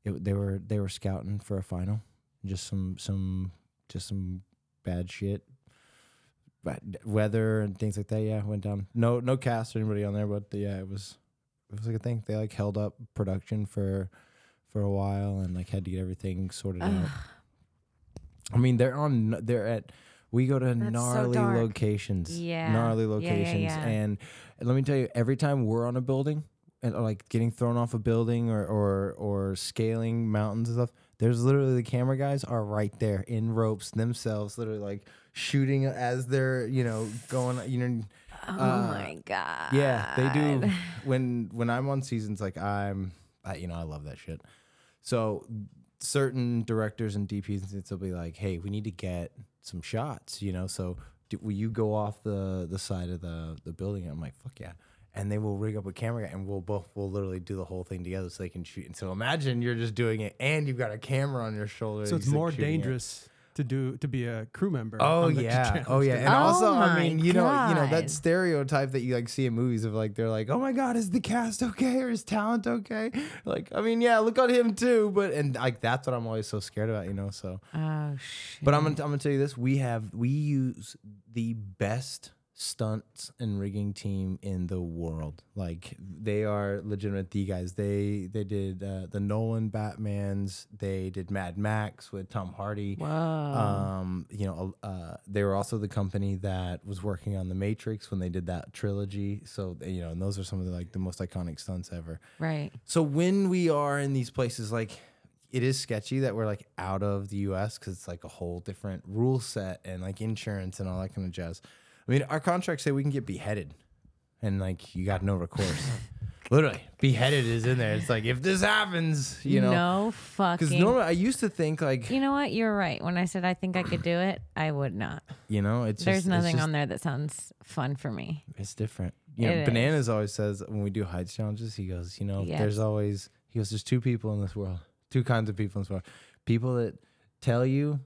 [SPEAKER 3] it, they were they were scouting for a final. Just some some just some bad shit but weather and things like that. Yeah, went down. No, no cast or anybody on there, but yeah, it was it was like a thing. They like held up production for for a while and like had to get everything sorted out. I mean, they're on. They're at. We go to
[SPEAKER 2] so
[SPEAKER 3] gnarly
[SPEAKER 2] dark.
[SPEAKER 3] locations.
[SPEAKER 2] Yeah.
[SPEAKER 3] Gnarly
[SPEAKER 2] Yeah, yeah,
[SPEAKER 3] locations,
[SPEAKER 2] yeah.
[SPEAKER 3] and let me tell you, every time we're on a building and or, like getting thrown off a building or or or scaling mountains and stuff. There's literally the camera guys are right there in ropes themselves, literally like shooting as they're you know going. You know,
[SPEAKER 2] oh my god.
[SPEAKER 3] Uh, yeah, they do. When when I'm on seasons, like I'm, I, you know, I love that shit. So certain directors and DPs and they'll be like, "Hey, we need to get some shots," you know. So do, will you go off the the side of the the building? I'm like, "Fuck yeah!" And they will rig up a camera guy, and we'll both we'll literally do the whole thing together so they can shoot. And so imagine you're just doing it, and you've got a camera on your shoulder.
[SPEAKER 4] So it's
[SPEAKER 3] he's, like,
[SPEAKER 4] more
[SPEAKER 3] shooting it.
[SPEAKER 4] dangerous to do to be a crew member.
[SPEAKER 3] Oh
[SPEAKER 4] on the
[SPEAKER 3] yeah,
[SPEAKER 4] challenge
[SPEAKER 3] oh yeah, and
[SPEAKER 4] than-
[SPEAKER 2] Oh
[SPEAKER 3] also I
[SPEAKER 2] my
[SPEAKER 3] mean, you know, you know
[SPEAKER 2] God.
[SPEAKER 3] that stereotype that you like see in movies of like they're like, oh my God, is the cast okay or is talent okay? Like, I mean, yeah, look on him too, but and like that's what I'm always so scared about, you know. So,
[SPEAKER 2] Oh shit.
[SPEAKER 3] but I'm gonna I'm gonna tell you this: we have we use the best stunts and rigging team in the world. Like they are legitimate the guys. They they did uh, the Nolan Batman's. They did Mad Max with Tom Hardy. Um, you know, uh, they were also the company that was working on The Matrix when they did that trilogy. So you know, and those are some of the like the most iconic stunts ever.
[SPEAKER 2] right.
[SPEAKER 3] So when we are in these places, like it is sketchy that we're like out of the U.S. because it's like a whole different rule set and like insurance and all that kind of jazz. I mean, our contracts say we can get beheaded, and like you got no recourse. Literally, beheaded is in there. It's like if this happens, you know,
[SPEAKER 2] no
[SPEAKER 3] because
[SPEAKER 2] fucking.
[SPEAKER 3] normally I used to think like
[SPEAKER 2] you know what? You're right. When I said I think I could do it, I would not.
[SPEAKER 3] you know it's
[SPEAKER 2] There's
[SPEAKER 3] just,
[SPEAKER 2] nothing
[SPEAKER 3] it's just,
[SPEAKER 2] on there that sounds fun for me.
[SPEAKER 3] It's different. You know,
[SPEAKER 2] It
[SPEAKER 3] Bananas always says when we do heights challenges, he goes, you know,
[SPEAKER 2] Yes.
[SPEAKER 3] there's always he goes, there's two people in this world, two kinds of people in this world, people that tell you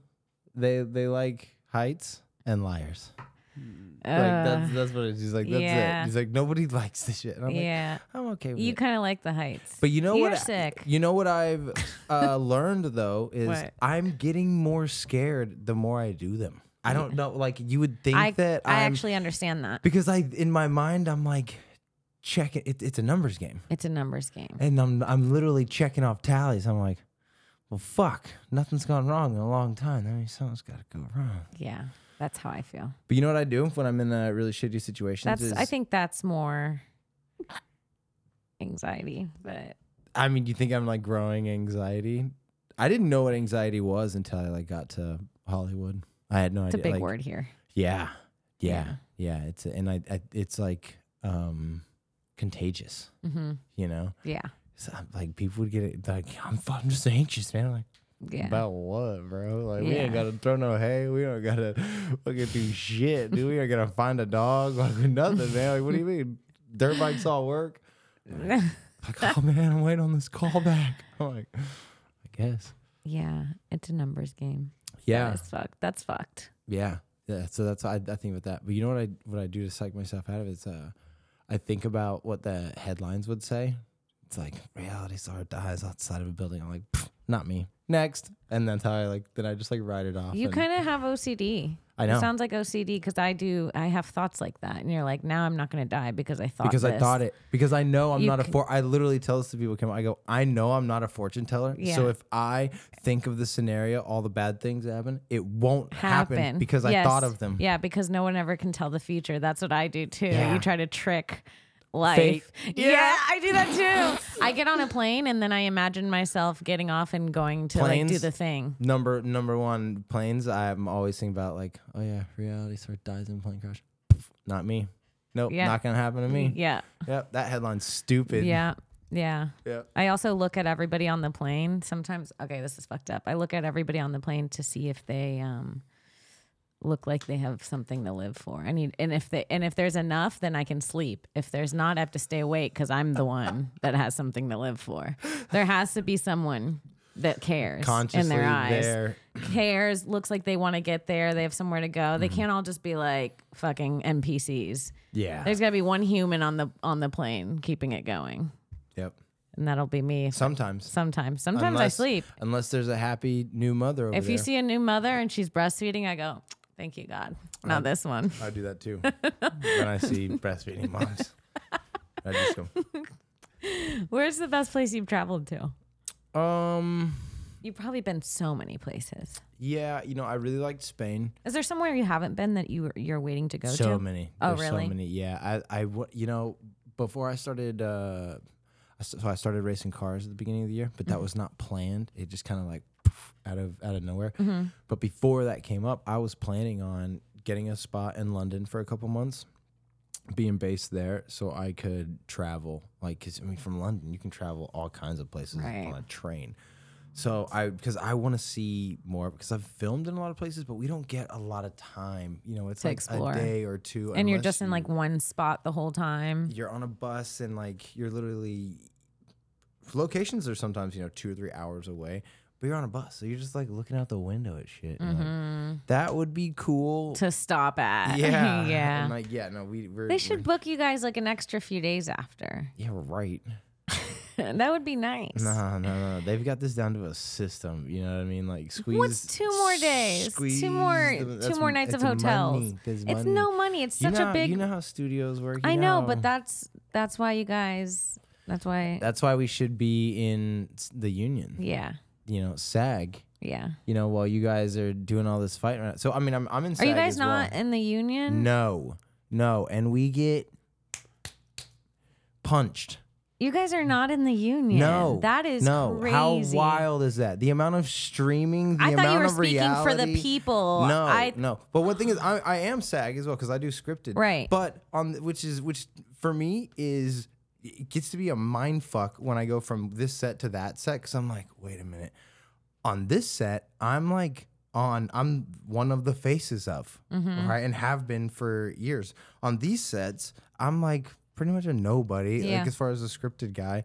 [SPEAKER 3] they they like heights and liars. like that's
[SPEAKER 2] Uh,
[SPEAKER 3] that's what it is. He's like, that's
[SPEAKER 2] yeah.
[SPEAKER 3] it. He's like, nobody likes this shit. And I'm like,
[SPEAKER 2] yeah.
[SPEAKER 3] I'm okay with
[SPEAKER 2] you
[SPEAKER 3] it.
[SPEAKER 2] kind of like the heights.
[SPEAKER 3] But you know
[SPEAKER 2] You're
[SPEAKER 3] what? I-
[SPEAKER 2] sick.
[SPEAKER 3] You know what I've uh, learned though is
[SPEAKER 2] What?
[SPEAKER 3] I'm getting more scared the more I do them. I don't know. Like you would think
[SPEAKER 2] I,
[SPEAKER 3] that
[SPEAKER 2] I
[SPEAKER 3] I'm
[SPEAKER 2] actually understand that.
[SPEAKER 3] because I in my mind I'm like checking it, it's a numbers game
[SPEAKER 2] It's a numbers game.
[SPEAKER 3] and I'm I'm literally checking off tallies I'm like well fuck nothing's gone wrong in a long time that means something's got to go wrong
[SPEAKER 2] Yeah. That's how I feel.
[SPEAKER 3] but you know what I do when I'm in a really shitty situation
[SPEAKER 2] That's
[SPEAKER 3] is
[SPEAKER 2] I think that's more anxiety, but
[SPEAKER 3] I mean you think I'm like growing anxiety I didn't know what anxiety was until I like got to Hollywood I had no
[SPEAKER 2] it's a
[SPEAKER 3] idea
[SPEAKER 2] big
[SPEAKER 3] like,
[SPEAKER 2] word here.
[SPEAKER 3] Yeah. Yeah. Yeah. It's and I, I it's like um contagious.
[SPEAKER 2] hmm
[SPEAKER 3] You know,
[SPEAKER 2] Yeah.
[SPEAKER 3] so, like people would get it like I'm, fu- I'm just anxious, man. I'm like
[SPEAKER 2] Yeah.
[SPEAKER 3] about what, bro? Like we ain't
[SPEAKER 2] Yeah.
[SPEAKER 3] gotta throw no hay. We don't gotta fucking do shit, dude. We ain't gonna find a dog. Like nothing, man. Like what do you mean? Dirt bikes all work. Like oh man, I'm waiting on this call back. I'm like, I guess.
[SPEAKER 2] yeah. It's a numbers game.
[SPEAKER 3] Yeah.
[SPEAKER 2] That is fucked. That's fucked.
[SPEAKER 3] Yeah. Yeah. So that's I, I think about that. But you know what I what I do to psych myself out of it is uh I think about what the headlines would say. It's like reality star dies outside of a building. I'm like, "Pfft, not me. Next. And that's how I like then I just like write it off.
[SPEAKER 2] You
[SPEAKER 3] and-
[SPEAKER 2] kind of have OCD.
[SPEAKER 3] I
[SPEAKER 2] It
[SPEAKER 3] know.
[SPEAKER 2] sounds like OCD because I do. I have thoughts like that, and you're like, now I'm not going to die because I thought.
[SPEAKER 3] because I
[SPEAKER 2] this."
[SPEAKER 3] thought it. Because I know I'm
[SPEAKER 2] You
[SPEAKER 3] not a
[SPEAKER 2] c-
[SPEAKER 3] for. I literally tell this to people. Kim, I go, I know I'm not a fortune teller.
[SPEAKER 2] Yeah.
[SPEAKER 3] So if I think of the scenario, all the bad things that happen, it won't happen,
[SPEAKER 2] happen,
[SPEAKER 3] because I
[SPEAKER 2] Yes.
[SPEAKER 3] thought of them.
[SPEAKER 2] Yeah, because no one ever can tell the future. That's what I do too.
[SPEAKER 3] Yeah.
[SPEAKER 2] You try to trick life. Yeah. I do that too. I get on a plane and then I imagine myself getting off and going to like do
[SPEAKER 3] Planes?
[SPEAKER 2] the thing.
[SPEAKER 3] Number number one planes. I'm always thinking about like, oh yeah, reality star dies in plane crash. Not me. Nope,
[SPEAKER 2] Yeah.
[SPEAKER 3] not gonna happen to me.
[SPEAKER 2] Yeah.
[SPEAKER 3] Yep, that headline's stupid.
[SPEAKER 2] Yeah. Yeah.
[SPEAKER 3] Yeah.
[SPEAKER 2] I also look at everybody on the plane. Sometimes, okay, this is fucked up. I look at everybody on the plane to see if they um, look like they have something to live for. I need, and if they, and if there's enough, then I can sleep. If there's not, I have to stay awake because I'm the one that has something to live for. There has to be someone that cares
[SPEAKER 3] Consciously
[SPEAKER 2] in their eyes.
[SPEAKER 3] there.
[SPEAKER 2] Cares looks like they want to get there. They have somewhere to go.
[SPEAKER 3] Mm-hmm.
[SPEAKER 2] They can't all just be like fucking NPCs.
[SPEAKER 3] Yeah.
[SPEAKER 2] There's got to be one human on the on the plane keeping it going,
[SPEAKER 3] yep.
[SPEAKER 2] and that'll be me. if
[SPEAKER 3] Sometimes.
[SPEAKER 2] Sometimes. Sometimes I
[SPEAKER 3] Unless-
[SPEAKER 2] sleep.
[SPEAKER 3] Unless there's a happy new mother over
[SPEAKER 2] If you
[SPEAKER 3] there.
[SPEAKER 2] see a new mother and she's breastfeeding, I go, thank you, God. Not this one.
[SPEAKER 3] I do that too. when I see breastfeeding moms. I just go.
[SPEAKER 2] Where's the best place you've traveled to?
[SPEAKER 3] Um.
[SPEAKER 2] You've probably been so many places.
[SPEAKER 3] Yeah. You know, I really liked Spain.
[SPEAKER 2] Is there somewhere you haven't been that you you're waiting to go
[SPEAKER 3] so
[SPEAKER 2] to?
[SPEAKER 3] many.
[SPEAKER 2] Oh,
[SPEAKER 3] There's
[SPEAKER 2] really?
[SPEAKER 3] So many. Yeah. I. I. wa- You know, before I started. uh I s- so I started racing cars at the beginning of the year, but
[SPEAKER 2] Mm-hmm.
[SPEAKER 3] that was not planned. It just kind of like poof, out of out of nowhere.
[SPEAKER 2] Mm-hmm.
[SPEAKER 3] But before that came up, I was planning on getting a spot in London for a couple months, being based there, so I could travel. Like, 'cause, I mean, from London, you can travel all kinds of places
[SPEAKER 2] Right.
[SPEAKER 3] on a train. So I because I want to see more because I've filmed in a lot of places, but we don't get a lot of time. You know, it's
[SPEAKER 2] To
[SPEAKER 3] like
[SPEAKER 2] explore.
[SPEAKER 3] a day or two,
[SPEAKER 2] and you're
[SPEAKER 3] unless
[SPEAKER 2] just in
[SPEAKER 3] you-
[SPEAKER 2] like one spot the whole time.
[SPEAKER 3] you're on a bus and like you're literally locations are sometimes you know two or three hours away, but you're on a bus, so you're just like looking out the window at shit. and you're like, that would be cool.
[SPEAKER 2] Mm-hmm. Mm, to stop at.
[SPEAKER 3] yeah,
[SPEAKER 2] yeah.
[SPEAKER 3] I'm like, yeah, no, we we're,
[SPEAKER 2] they should
[SPEAKER 3] we're-
[SPEAKER 2] book you guys like an extra few days after.
[SPEAKER 3] yeah, we're right.
[SPEAKER 2] that would be nice.
[SPEAKER 3] No, no, no. They've got this down to a system. You know what I mean? Like squeeze.
[SPEAKER 2] What's two more days?
[SPEAKER 3] squeeze
[SPEAKER 2] Two more
[SPEAKER 3] the-
[SPEAKER 2] two
[SPEAKER 3] that's-
[SPEAKER 2] more nights of
[SPEAKER 3] it's
[SPEAKER 2] hotels.
[SPEAKER 3] money. There's
[SPEAKER 2] It's
[SPEAKER 3] money.
[SPEAKER 2] no money. It's
[SPEAKER 3] You
[SPEAKER 2] such
[SPEAKER 3] know,
[SPEAKER 2] a
[SPEAKER 3] how-
[SPEAKER 2] big
[SPEAKER 3] You know how studios work. you
[SPEAKER 2] I know, but
[SPEAKER 3] how-
[SPEAKER 2] that's that's why you guys that's why
[SPEAKER 3] that's why we should be in s- the union.
[SPEAKER 2] yeah.
[SPEAKER 3] You know, SAG.
[SPEAKER 2] Yeah.
[SPEAKER 3] You know, while you guys are doing all this fighting. Right so I mean, I'm I'm in.
[SPEAKER 2] Are
[SPEAKER 3] SAG
[SPEAKER 2] you guys
[SPEAKER 3] as well.
[SPEAKER 2] not in the union?
[SPEAKER 3] No, no, and we get punched.
[SPEAKER 2] You guys are not in the union.
[SPEAKER 3] No,
[SPEAKER 2] That is
[SPEAKER 3] no.
[SPEAKER 2] crazy.
[SPEAKER 3] How wild is that? The amount of streaming, the
[SPEAKER 2] I
[SPEAKER 3] amount
[SPEAKER 2] thought you were
[SPEAKER 3] of
[SPEAKER 2] speaking for the
[SPEAKER 3] reality.
[SPEAKER 2] people.
[SPEAKER 3] No,
[SPEAKER 2] I
[SPEAKER 3] no. But one thing is, I, I am SAG as well because I do scripted.
[SPEAKER 2] Right.
[SPEAKER 3] But on which is which for me is it gets to be a mind fuck when I go from this set to that set because I'm like, wait a minute. On this set, I'm like on I'm one of the faces of
[SPEAKER 2] Mm-hmm.
[SPEAKER 3] right and have been for years. On these sets, I'm like pretty much a nobody
[SPEAKER 2] Yeah.
[SPEAKER 3] like as far as a scripted guy,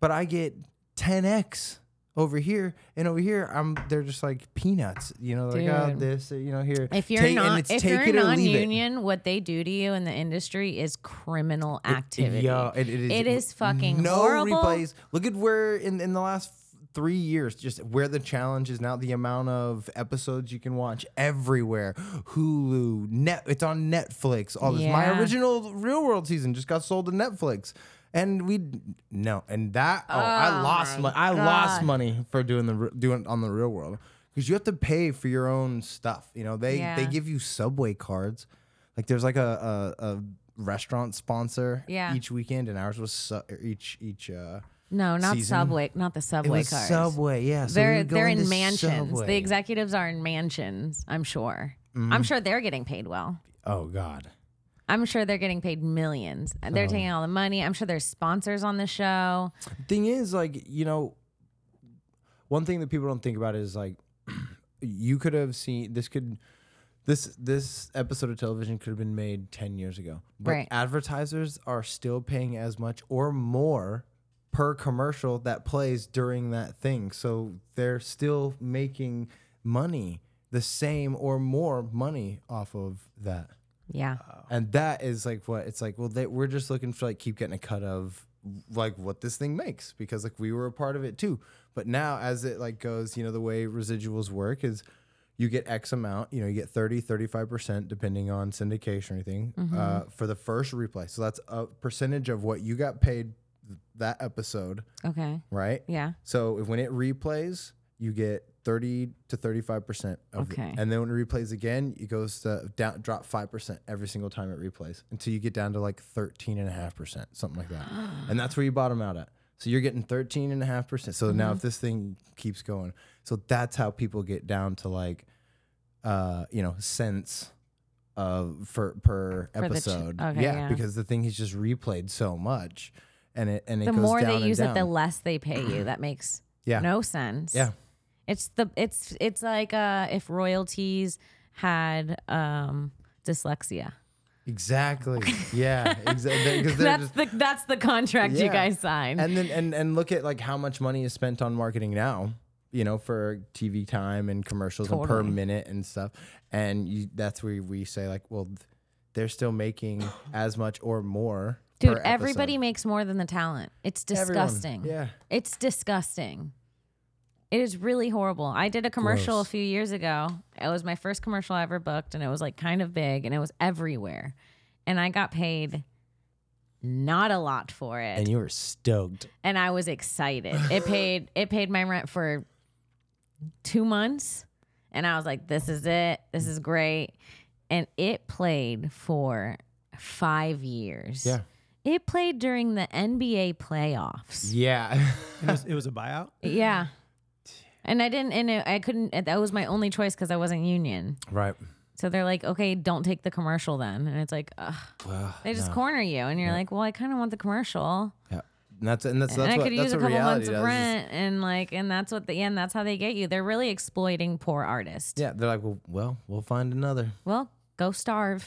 [SPEAKER 3] but I get 10x. Over here and over here, I'm. They're just like peanuts, you know. Like oh,
[SPEAKER 2] Dude.
[SPEAKER 3] this, you know. Here,
[SPEAKER 2] If you're
[SPEAKER 3] Take- and
[SPEAKER 2] not,
[SPEAKER 3] it's
[SPEAKER 2] if
[SPEAKER 3] take
[SPEAKER 2] you're
[SPEAKER 3] it or leave it.
[SPEAKER 2] non-union, what they do to you in the industry is criminal activity.
[SPEAKER 3] Yeah, it- it is.
[SPEAKER 2] It is fucking
[SPEAKER 3] no
[SPEAKER 2] horrible.
[SPEAKER 3] replays. Look at where in in the last three years, just where the challenge is now, the amount of episodes you can watch everywhere, Hulu, net. It's on Netflix. All this. My
[SPEAKER 2] Yeah.
[SPEAKER 3] original Real World season just got sold to Netflix. And we no, and that oh, I lost money. I lost
[SPEAKER 2] God.
[SPEAKER 3] money for doing the re- doing on the real world because you have to pay for your own stuff. You know they
[SPEAKER 2] Yeah.
[SPEAKER 3] they give you subway cards. Like there's like a a, a restaurant sponsor
[SPEAKER 2] Yeah.
[SPEAKER 3] each weekend, and ours was su- er, each each. Uh,
[SPEAKER 2] No, not
[SPEAKER 3] Season.
[SPEAKER 2] subway, not the
[SPEAKER 3] it
[SPEAKER 2] subway
[SPEAKER 3] was
[SPEAKER 2] cars.
[SPEAKER 3] Subway, yeah. So we
[SPEAKER 2] they're
[SPEAKER 3] would go
[SPEAKER 2] they're in
[SPEAKER 3] into
[SPEAKER 2] mansions. The
[SPEAKER 3] Subway. Mm.
[SPEAKER 2] executives are in mansions. I'm sure. I'm sure they're getting paid well.
[SPEAKER 3] Oh God.
[SPEAKER 2] I'm sure they're getting paid millions. They're
[SPEAKER 3] Oh.
[SPEAKER 2] taking all the money. I'm sure there's sponsors on the show.
[SPEAKER 3] thing is like you know one thing that people don't think about is like you could have seen this could this this episode of television could have been made 10 years ago but
[SPEAKER 2] Right.
[SPEAKER 3] advertisers are still paying as much or more per commercial that plays during that thing so they're still making money the same or more money off of that
[SPEAKER 2] Yeah.
[SPEAKER 3] and that is like what it's like. Well, they, we're just looking for like keep getting a cut of like what this thing makes because like we were a part of it too. But now as it like goes, you know, the way residuals work is you get X amount, you know, you get 30, 35% depending on syndication or anything uh, for the first replay. So that's a percentage of what you got paid that episode,
[SPEAKER 2] Okay.
[SPEAKER 3] right?
[SPEAKER 2] Yeah.
[SPEAKER 3] So if, when it replays, you get 30 to 35% of
[SPEAKER 2] Okay.
[SPEAKER 3] it. And then when it replays again, it goes to down, drop 5% every single time it replays until you get down to like 13.5%, something like that. and that's where you bottom out at. So you're getting 13.5%. So
[SPEAKER 2] Mm-hmm.
[SPEAKER 3] now if this thing keeps going, so that's how people get down to like, uh, you know, cents of for per
[SPEAKER 2] the ch-
[SPEAKER 3] episode.
[SPEAKER 2] okay, yeah.
[SPEAKER 3] because the thing is just replayed so much. And it and it
[SPEAKER 2] The
[SPEAKER 3] goes
[SPEAKER 2] more
[SPEAKER 3] down
[SPEAKER 2] they
[SPEAKER 3] and
[SPEAKER 2] use it, the
[SPEAKER 3] down.
[SPEAKER 2] less they pay you. That makes
[SPEAKER 3] yeah.
[SPEAKER 2] no sense.
[SPEAKER 3] Yeah.
[SPEAKER 2] It's the it's it's like uh if royalties had um dyslexia.
[SPEAKER 3] Exactly. Yeah. Exactly. Because they're
[SPEAKER 2] That's
[SPEAKER 3] just,
[SPEAKER 2] the that's the contract you
[SPEAKER 3] Yeah.
[SPEAKER 2] guys signed.
[SPEAKER 3] and then and and look at like how much money is spent on marketing now. You know, for TV time and commercials and per
[SPEAKER 2] Totally.
[SPEAKER 3] minute and stuff. And you, that's where we say like, well, th- they're still making as much or more. per
[SPEAKER 2] Dude,
[SPEAKER 3] episode.
[SPEAKER 2] everybody makes more than the talent. It's
[SPEAKER 3] Everyone.
[SPEAKER 2] disgusting.
[SPEAKER 3] Yeah.
[SPEAKER 2] It's disgusting. It is really horrible. I did a commercial
[SPEAKER 3] Gross.
[SPEAKER 2] a few years ago. It was my first commercial I ever booked, and it was like kind of big, and it was everywhere. And I got paid not a lot for it.
[SPEAKER 3] And you were stoked.
[SPEAKER 2] and I was excited. It paid it paid my rent for two months, and I was like, "This is it. This is great." And it played for five years.
[SPEAKER 3] Yeah.
[SPEAKER 2] it played during the NBA playoffs.
[SPEAKER 3] Yeah.
[SPEAKER 4] It was, it was a buyout.
[SPEAKER 2] Yeah, and I didn't, and it, I couldn't. That was my only choice because I wasn't union.
[SPEAKER 3] right.
[SPEAKER 2] So they're like, "Okay, don't take the commercial then," and it's like, ugh,
[SPEAKER 3] Well,
[SPEAKER 2] they just corner you, and you're like, "Well, I kind of want the commercial."
[SPEAKER 3] yeah. And that's and that's
[SPEAKER 2] and
[SPEAKER 3] that's
[SPEAKER 2] I
[SPEAKER 3] what
[SPEAKER 2] could
[SPEAKER 3] that's
[SPEAKER 2] use a
[SPEAKER 3] what
[SPEAKER 2] couple
[SPEAKER 3] reality
[SPEAKER 2] months of
[SPEAKER 3] does is-
[SPEAKER 2] rent, and like, and that's what the end. That's how they get you. They're really exploiting poor artists.
[SPEAKER 3] Yeah, they're like, well, well, we'll find another.
[SPEAKER 2] Well, go starve.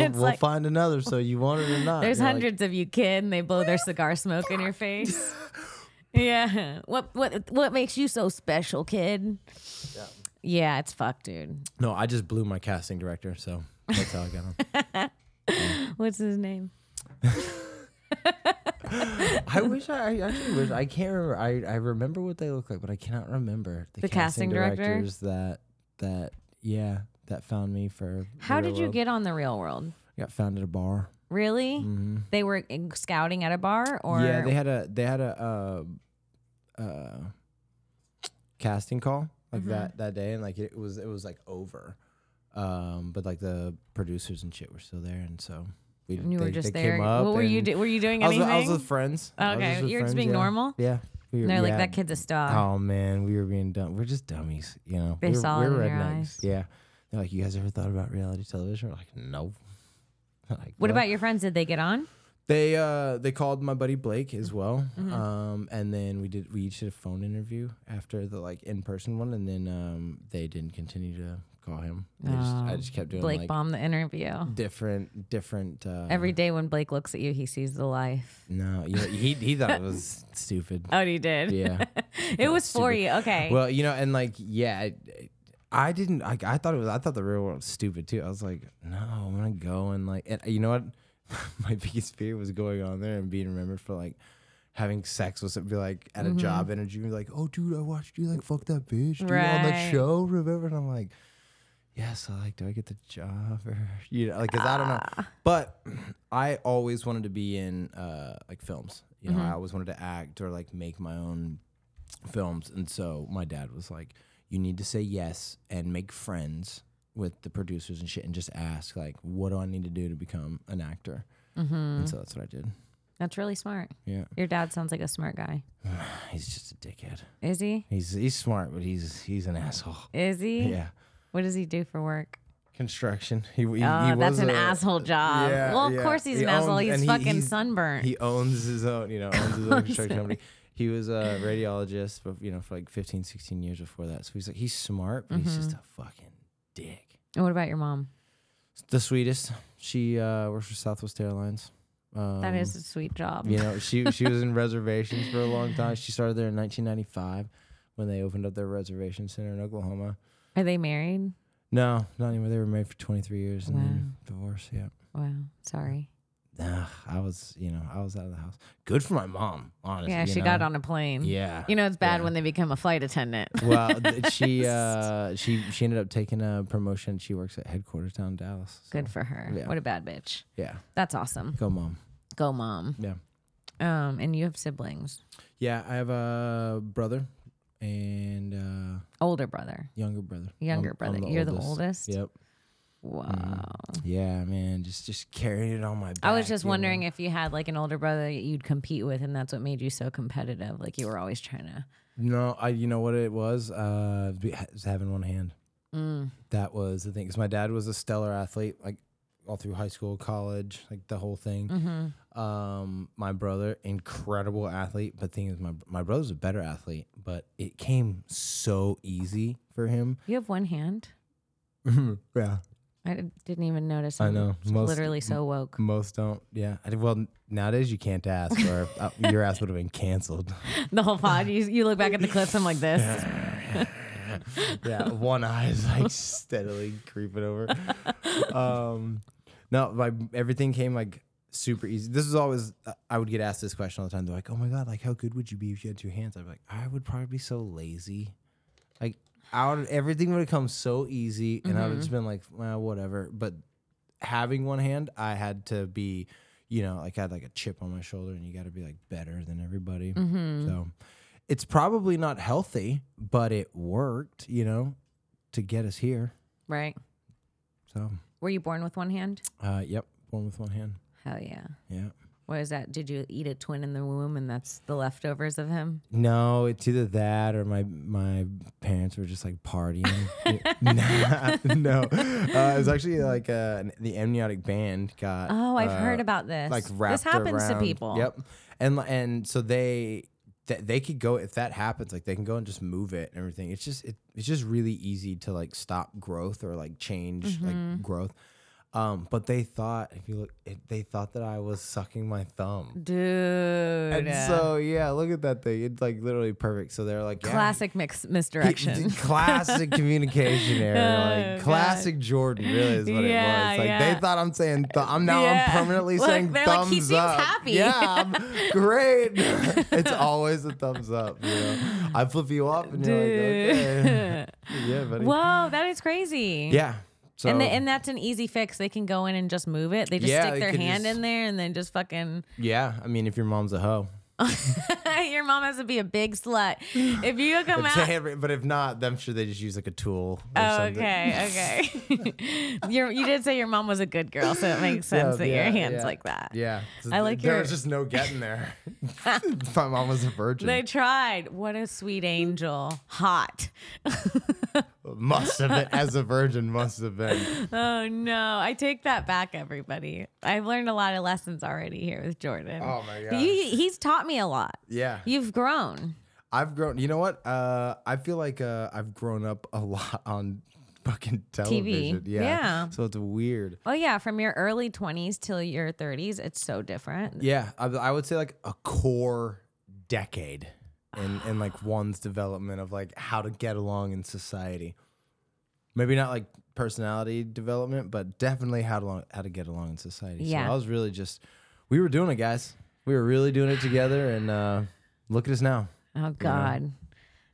[SPEAKER 2] It's
[SPEAKER 3] we'll
[SPEAKER 2] like-
[SPEAKER 3] find another. So you want it or not?
[SPEAKER 2] There's
[SPEAKER 3] You're like,
[SPEAKER 2] hundreds of you, kid, and they blow their cigar smoke in your face. yeah. What what what makes you so special, kid? Yeah, it's fucked, dude.
[SPEAKER 3] no, I just blew my casting director, so that's how I got him.
[SPEAKER 2] What's his name?
[SPEAKER 3] I wish I, I actually wish I can't remember. I, I remember what they look like, but I cannot remember
[SPEAKER 2] The casting director?
[SPEAKER 3] directors that that yeah that found me for. The
[SPEAKER 2] How
[SPEAKER 3] Real
[SPEAKER 2] did you
[SPEAKER 3] World.
[SPEAKER 2] get on the real world?
[SPEAKER 3] I got found at a bar?
[SPEAKER 2] Really? They were in- scouting at a bar, or
[SPEAKER 3] Mm-hmm. yeah, they had a they had a uh, uh, casting call like
[SPEAKER 2] Mm-hmm.
[SPEAKER 3] that that day, and like it was it was like over, um, but like the producers and shit were still there, and so we
[SPEAKER 2] and you
[SPEAKER 3] they,
[SPEAKER 2] were just
[SPEAKER 3] they
[SPEAKER 2] there.
[SPEAKER 3] Came up
[SPEAKER 2] What were you
[SPEAKER 3] and
[SPEAKER 2] do- were you doing
[SPEAKER 3] I was, with-
[SPEAKER 2] anything?
[SPEAKER 3] I was with friends. I was
[SPEAKER 2] Okay,
[SPEAKER 3] just with
[SPEAKER 2] you were just
[SPEAKER 3] friends,
[SPEAKER 2] being
[SPEAKER 3] yeah.
[SPEAKER 2] normal?
[SPEAKER 3] Yeah, we were,
[SPEAKER 2] they're like
[SPEAKER 3] yeah.
[SPEAKER 2] that kid's a star.
[SPEAKER 3] Oh man, we were being dumb. We're just dummies, you know.
[SPEAKER 2] They
[SPEAKER 3] we're,
[SPEAKER 2] saw it
[SPEAKER 3] we're
[SPEAKER 2] in your
[SPEAKER 3] rednecks.
[SPEAKER 2] eyes.
[SPEAKER 3] Yeah. They're like, you guys ever thought about reality television? We're like, no. like,
[SPEAKER 2] What
[SPEAKER 3] "Well."
[SPEAKER 2] about your friends? Did they get on?
[SPEAKER 3] They uh they called my buddy Blake as
[SPEAKER 2] Mm-hmm.
[SPEAKER 3] well. Um and then we did we each did a phone interview after the like in person one, and then um they didn't continue to call him. I just I
[SPEAKER 2] Oh,
[SPEAKER 3] just kept doing
[SPEAKER 2] Blake
[SPEAKER 3] like uh,
[SPEAKER 2] bombed the interview.
[SPEAKER 3] different different. Uh,
[SPEAKER 2] Every day when Blake looks at you, he sees the life.
[SPEAKER 3] no, you know, he he thought it was stupid.
[SPEAKER 2] Oh, he did.
[SPEAKER 3] Yeah.
[SPEAKER 2] it was for
[SPEAKER 3] stupid.
[SPEAKER 2] you. Okay.
[SPEAKER 3] Well, you know, and like, yeah, I, I didn't. I, I thought it was. I thought the real world was stupid too. I was like, no, I'm gonna go and like, and you know what? My biggest fear was going on there and being remembered for like having sex with somebody like at a
[SPEAKER 2] Mm-hmm.
[SPEAKER 3] job interview. and be Like, oh, dude, I watched you like fuck that bitch dude, on
[SPEAKER 2] Right.
[SPEAKER 3] that show. Remember? And I'm like. Yeah, so like, do I get the job or you know, like, cause I don't know.
[SPEAKER 2] Ah.
[SPEAKER 3] But I always wanted to be in uh like films. You know,
[SPEAKER 2] Mm-hmm.
[SPEAKER 3] I always wanted to act or like make my own films. And so my dad was like, you need to say yes and make friends with the producers and shit and just ask, like, what do I need to do to become an actor? And so that's what I did.
[SPEAKER 2] Mm-hmm. That's really smart.
[SPEAKER 3] Yeah.
[SPEAKER 2] Your dad sounds like a smart guy.
[SPEAKER 3] He's just a dickhead.
[SPEAKER 2] Is he?
[SPEAKER 3] He's he's smart, but he's he's an asshole.
[SPEAKER 2] Is he?
[SPEAKER 3] Yeah.
[SPEAKER 2] What does he do for work?
[SPEAKER 3] Construction. He, he,
[SPEAKER 2] Oh,
[SPEAKER 3] he
[SPEAKER 2] that's
[SPEAKER 3] was
[SPEAKER 2] an
[SPEAKER 3] a-
[SPEAKER 2] asshole job.
[SPEAKER 3] yeah,
[SPEAKER 2] well, of
[SPEAKER 3] yeah.
[SPEAKER 2] course he's
[SPEAKER 3] He
[SPEAKER 2] an asshole.
[SPEAKER 3] owns-
[SPEAKER 2] He's
[SPEAKER 3] and he-
[SPEAKER 2] fucking
[SPEAKER 3] he's-
[SPEAKER 2] sunburned.
[SPEAKER 3] He owns his own, you know, owns his own construction company. He was a radiologist, but you know, for like 15, 16 years before that. So he's like, he's smart, but he's just a
[SPEAKER 2] Mm-hmm.
[SPEAKER 3] fucking dick.
[SPEAKER 2] and what about your mom?
[SPEAKER 3] The sweetest. She uh, works for Southwest Airlines. Um,
[SPEAKER 2] that is a sweet job.
[SPEAKER 3] You know, she she was in reservations for a long time. She started there in 1995 when they opened up their reservation center in Oklahoma.
[SPEAKER 2] Are they married?
[SPEAKER 3] No, not anymore. They were married for 23 years and then divorced. Yeah.
[SPEAKER 2] Wow. Sorry.
[SPEAKER 3] Nah, I was, you know, I was out of the house. Good for my mom, honestly.
[SPEAKER 2] Yeah,
[SPEAKER 3] you
[SPEAKER 2] she got
[SPEAKER 3] know?
[SPEAKER 2] on a plane.
[SPEAKER 3] Yeah.
[SPEAKER 2] You know it's bad
[SPEAKER 3] yeah.
[SPEAKER 2] when they become a flight attendant.
[SPEAKER 3] well, th- she uh, she she ended up taking a promotion. She works at headquarters down in Dallas. so,
[SPEAKER 2] Good for her.
[SPEAKER 3] Yeah.
[SPEAKER 2] What a bad bitch.
[SPEAKER 3] Yeah.
[SPEAKER 2] That's awesome.
[SPEAKER 3] Go, mom.
[SPEAKER 2] Go, mom.
[SPEAKER 3] Yeah.
[SPEAKER 2] Um, and you have siblings.
[SPEAKER 3] Yeah, I have a brother and uh
[SPEAKER 2] Older brother,
[SPEAKER 3] younger brother.
[SPEAKER 2] younger
[SPEAKER 3] I'm- I'm
[SPEAKER 2] brother. You're the oldest.
[SPEAKER 3] Yep.
[SPEAKER 2] Wow.
[SPEAKER 3] Yeah, man, just just carrying it on my Mm-hmm. back.
[SPEAKER 2] I was just
[SPEAKER 3] you know?
[SPEAKER 2] wondering if you had like an older brother that you'd compete with, and that's what made you so competitive. Like you were always trying to.
[SPEAKER 3] No, I you know what it was? Uh be- ha- was having one hand.
[SPEAKER 2] mm.
[SPEAKER 3] That was the thing cuz my dad was a stellar athlete like all through high school, college, like the whole thing. Um my brother incredible athlete, but thing is my my brother's a better athlete, but it came so easy for him.
[SPEAKER 2] You have one hand.
[SPEAKER 3] yeah.
[SPEAKER 2] I d- didn't even notice.
[SPEAKER 3] I
[SPEAKER 2] I'm
[SPEAKER 3] know.
[SPEAKER 2] s-
[SPEAKER 3] Most-
[SPEAKER 2] literally so woke.
[SPEAKER 3] Most don't. Yeah. I, well, n- nowadays you can't ask, or uh, your ass would have been canceled.
[SPEAKER 2] The whole pod. You, you look back at the clips. I'm like this.
[SPEAKER 3] yeah, one eye is like steadily creeping over. Um, no, my everything came like super easy. This is always uh, I would get asked this question all the time. They're like, "Oh my god, like how good would you be if you had two hands?" I'd be like, "I would probably be so lazy, like out everything would have come so easy, and I would have just been like, well, whatever." But having one hand, I had to be, you know, like I had like a chip on my shoulder, and you got to be like better than everybody. So it's probably not healthy, but it worked, you know, to get us here.
[SPEAKER 2] Right.
[SPEAKER 3] So,
[SPEAKER 2] Were you born with one hand?
[SPEAKER 3] uh, yep, one with one hand.
[SPEAKER 2] Hell yeah.
[SPEAKER 3] Yeah.
[SPEAKER 2] What is that? Did you eat a twin in the womb, and that's the leftovers of him?
[SPEAKER 3] No, it's either that or my my parents were just like partying. Nah, no, uh, it was actually like uh, an- the amniotic band got.
[SPEAKER 2] Oh, I've
[SPEAKER 3] uh,
[SPEAKER 2] heard about this.
[SPEAKER 3] Like
[SPEAKER 2] This
[SPEAKER 3] wrapped
[SPEAKER 2] happens to
[SPEAKER 3] around-
[SPEAKER 2] people.
[SPEAKER 3] Yep, and li- and so they th- they could go if that happens like they can go and just move it and everything it's just it, it's just really easy to like stop growth or like change
[SPEAKER 2] Mm-hmm.
[SPEAKER 3] like growth um but they thought if you look it, they thought that i was sucking my thumb
[SPEAKER 2] Dude.
[SPEAKER 3] and so yeah look at that thing it's like literally perfect so they're like yeah,
[SPEAKER 2] Classic mix
[SPEAKER 3] he-
[SPEAKER 2] misdirection.
[SPEAKER 3] classic communication error,
[SPEAKER 2] Oh,
[SPEAKER 3] like classic Jordan, really is what
[SPEAKER 2] Yeah,
[SPEAKER 3] it was. Like
[SPEAKER 2] yeah.
[SPEAKER 3] they thought I'm saying th- I'm now
[SPEAKER 2] Yeah.
[SPEAKER 3] I'm permanently
[SPEAKER 2] Look,
[SPEAKER 3] saying
[SPEAKER 2] they're like,
[SPEAKER 3] thumbs
[SPEAKER 2] "He seems
[SPEAKER 3] up.
[SPEAKER 2] happy."
[SPEAKER 3] Yeah, I'm great. it's always a thumbs up. You know? I flip you up, and you're like, okay, yeah, buddy.
[SPEAKER 2] Whoa, that is crazy.
[SPEAKER 3] Yeah. So
[SPEAKER 2] and, the, and that's an easy fix. They can go in and just move it. They just
[SPEAKER 3] Yeah,
[SPEAKER 2] stick
[SPEAKER 3] they
[SPEAKER 2] their
[SPEAKER 3] could
[SPEAKER 2] hand
[SPEAKER 3] just-
[SPEAKER 2] in there and then just fucking.
[SPEAKER 3] yeah, I mean, if your mom's a hoe,
[SPEAKER 2] Your mom has to be a big slut. If you come
[SPEAKER 3] If
[SPEAKER 2] out.
[SPEAKER 3] they- but if not, then I'm sure they just use like a tool. Or
[SPEAKER 2] Oh,
[SPEAKER 3] something.
[SPEAKER 2] okay, okay. Your you did say your mom was a good girl, so it makes sense that
[SPEAKER 3] yeah,
[SPEAKER 2] your hands
[SPEAKER 3] yeah.
[SPEAKER 2] like that.
[SPEAKER 3] Yeah, So
[SPEAKER 2] I like
[SPEAKER 3] there
[SPEAKER 2] your-
[SPEAKER 3] was just no getting there. My mom was a virgin.
[SPEAKER 2] They tried. What a sweet angel. Hot.
[SPEAKER 3] must have been as a virgin must have been
[SPEAKER 2] Oh no, I take that back, everybody. I've learned a lot of lessons already here with Jordan.
[SPEAKER 3] Oh, my
[SPEAKER 2] But You, he's taught me a lot.
[SPEAKER 3] yeah
[SPEAKER 2] You've grown.
[SPEAKER 3] i've grown you know what uh i feel like uh i've grown up a lot on fucking television Yeah.
[SPEAKER 2] Yeah.
[SPEAKER 3] so it's weird
[SPEAKER 2] Oh yeah, from your early twenties till your thirties, it's so different.
[SPEAKER 3] yeah I, I would say like a core decade in, in like one's development of like how to get along in society maybe not like personality development but definitely how to long, how to get along in society
[SPEAKER 2] Yeah.
[SPEAKER 3] so i was really just we were doing it guys we were really doing it together and uh look at us now
[SPEAKER 2] Oh God.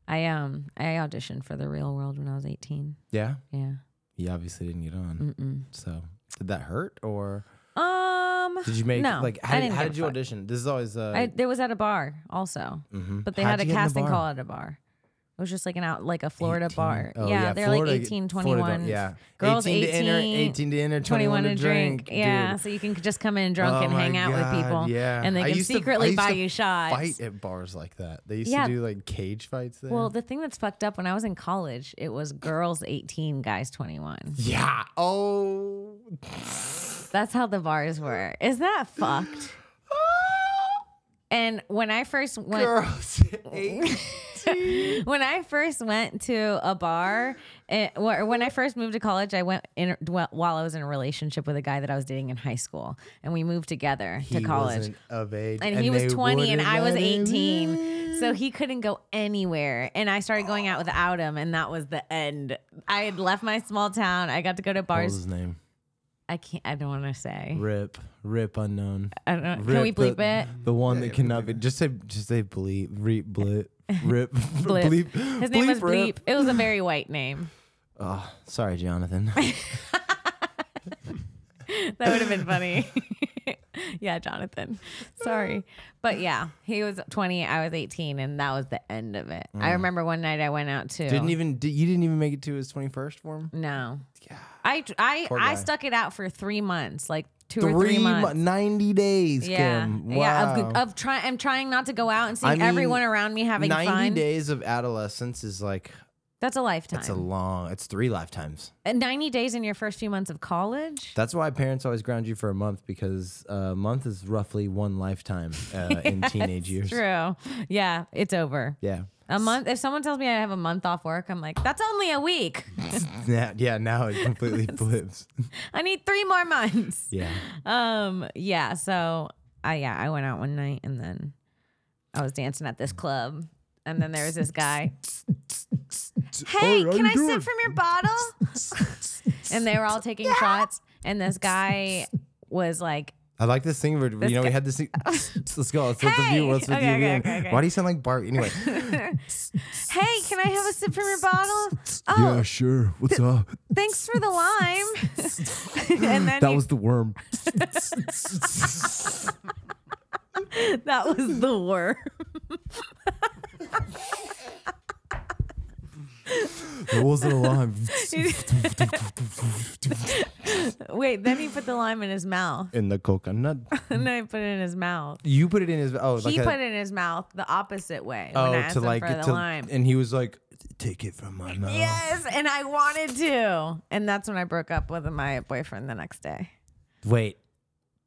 [SPEAKER 2] I um I auditioned for the real world when I was eighteen.
[SPEAKER 3] yeah
[SPEAKER 2] Yeah.
[SPEAKER 3] You obviously didn't get on. So did that hurt or
[SPEAKER 2] Um
[SPEAKER 3] did you make
[SPEAKER 2] no,
[SPEAKER 3] like
[SPEAKER 2] I
[SPEAKER 3] how,
[SPEAKER 2] didn't
[SPEAKER 3] how
[SPEAKER 2] give a
[SPEAKER 3] did you
[SPEAKER 2] fuck.
[SPEAKER 3] audition? This is always uh
[SPEAKER 2] I it was at a bar also. But they
[SPEAKER 3] Mm-hmm.
[SPEAKER 2] had
[SPEAKER 3] How'd you
[SPEAKER 2] a
[SPEAKER 3] get in the
[SPEAKER 2] casting
[SPEAKER 3] bar?
[SPEAKER 2] call at a bar. It was just like an out like a Florida
[SPEAKER 3] 18.
[SPEAKER 2] bar.
[SPEAKER 3] Oh,
[SPEAKER 2] yeah, they're like
[SPEAKER 3] Florida-
[SPEAKER 2] 18,
[SPEAKER 3] Florida
[SPEAKER 2] 21.
[SPEAKER 3] don't- yeah.
[SPEAKER 2] Girls 18,
[SPEAKER 3] 18 to enter, 18 to enter,
[SPEAKER 2] 21
[SPEAKER 3] 21, to drink.
[SPEAKER 2] Yeah,
[SPEAKER 3] dude.
[SPEAKER 2] so you can just come in drunk
[SPEAKER 3] Oh
[SPEAKER 2] and
[SPEAKER 3] my
[SPEAKER 2] hang out with
[SPEAKER 3] God,
[SPEAKER 2] people.
[SPEAKER 3] Yeah.
[SPEAKER 2] And they
[SPEAKER 3] I
[SPEAKER 2] can
[SPEAKER 3] used to- I
[SPEAKER 2] secretly
[SPEAKER 3] used
[SPEAKER 2] buy
[SPEAKER 3] to
[SPEAKER 2] you shots.
[SPEAKER 3] Fight at bars like that. They used
[SPEAKER 2] Yeah.
[SPEAKER 3] to do like cage fights there.
[SPEAKER 2] Well, the thing that fucked up when I was in college, it was girls 18, guys 21.
[SPEAKER 3] yeah. Oh.
[SPEAKER 2] That's how the bars were. Is that fucked? And when I first went
[SPEAKER 3] Girls. Eight.
[SPEAKER 2] when I first went to a bar, it, or when I first moved to college, I went in well, while I was in a relationship with a guy that I was dating in high school, and we moved together
[SPEAKER 3] He
[SPEAKER 2] to college.
[SPEAKER 3] wasn't of age.
[SPEAKER 2] And, he was
[SPEAKER 3] they
[SPEAKER 2] 20 and
[SPEAKER 3] wouldn't
[SPEAKER 2] I was
[SPEAKER 3] let him
[SPEAKER 2] 18. So he couldn't go anywhere. And I started going out without him, and that was the end. I had left my small town. I got to go to
[SPEAKER 3] What was
[SPEAKER 2] bars.
[SPEAKER 3] his name?
[SPEAKER 2] I can't, I don't want to say.
[SPEAKER 3] Rip. Rip unknown.
[SPEAKER 2] I don't know. Can we bleep
[SPEAKER 3] Rip the,
[SPEAKER 2] it?
[SPEAKER 3] The one that cannot be. Just say, just say bleep, reap, blip, rip,
[SPEAKER 2] Blip.
[SPEAKER 3] bleep.
[SPEAKER 2] His name was Bleep.
[SPEAKER 3] rip.
[SPEAKER 2] It was a very white name.
[SPEAKER 3] Oh, sorry, Jonathan.
[SPEAKER 2] That would have been funny. yeah, Jonathan. Sorry. But yeah, he was 20, I was 18, and that was the end of it. I remember one night I went out to.
[SPEAKER 3] Mm. didn't even did, you didn't even make it to his twenty first form.
[SPEAKER 2] No. I, I,
[SPEAKER 3] Poor
[SPEAKER 2] I
[SPEAKER 3] guy.
[SPEAKER 2] stuck it out for three months, like two or three months.
[SPEAKER 3] ninety days,
[SPEAKER 2] yeah.
[SPEAKER 3] Kim.
[SPEAKER 2] Yeah. Of,
[SPEAKER 3] Wow.
[SPEAKER 2] of try, I'm trying not to go out and see
[SPEAKER 3] I mean,
[SPEAKER 2] everyone around me having
[SPEAKER 3] ninety
[SPEAKER 2] fun.
[SPEAKER 3] days of adolescence is like
[SPEAKER 2] That's a lifetime.
[SPEAKER 3] it's a long. It's three lifetimes.
[SPEAKER 2] And 90 days in your first few months of college.
[SPEAKER 3] That's why parents always ground you for a month because a month is roughly one lifetime uh, in teenage years.
[SPEAKER 2] True. Yeah. It's over.
[SPEAKER 3] Yeah.
[SPEAKER 2] A month. If someone tells me I have a month off work, I'm like, that's only a week.
[SPEAKER 3] yeah. Yeah. Now it completely flips.
[SPEAKER 2] I need three more months.
[SPEAKER 3] Yeah.
[SPEAKER 2] Um, yeah. So I yeah, I went out one night and then I was dancing at this club. And then there was this guy. Hey,
[SPEAKER 3] how
[SPEAKER 2] can
[SPEAKER 3] you
[SPEAKER 2] I
[SPEAKER 3] doing?"
[SPEAKER 2] sip from your bottle? and they were all taking shots. And this guy was like,
[SPEAKER 3] I like this thing where you know
[SPEAKER 2] guy-
[SPEAKER 3] we had this. Thing, let's go. Let's let the
[SPEAKER 2] Hey!
[SPEAKER 3] view. Let's let the
[SPEAKER 2] Okay,
[SPEAKER 3] view
[SPEAKER 2] okay,
[SPEAKER 3] in.
[SPEAKER 2] okay, okay.
[SPEAKER 3] Why do you sound like Bart anyway?
[SPEAKER 2] Hey, can I have a sip from your bottle? Oh,
[SPEAKER 5] sure. What's up?
[SPEAKER 2] thanks for the lime. and then he-
[SPEAKER 5] the worm.
[SPEAKER 2] that was the worm.
[SPEAKER 5] It wasn't alive.
[SPEAKER 2] Wait, then he put the lime in his mouth.
[SPEAKER 3] in the coconut.
[SPEAKER 2] And then he put it in his mouth.
[SPEAKER 3] You put it in his. Oh, like
[SPEAKER 2] he
[SPEAKER 3] a-
[SPEAKER 2] put it in his mouth the opposite way.
[SPEAKER 3] Oh,
[SPEAKER 2] when I asked
[SPEAKER 3] to
[SPEAKER 2] him
[SPEAKER 3] like
[SPEAKER 2] for the
[SPEAKER 3] to, Oh.
[SPEAKER 2] lime.
[SPEAKER 3] and he was like, "Take it from my mouth."
[SPEAKER 2] Yes, and I wanted to, and that's when I broke up with my boyfriend the next day.
[SPEAKER 3] Wait,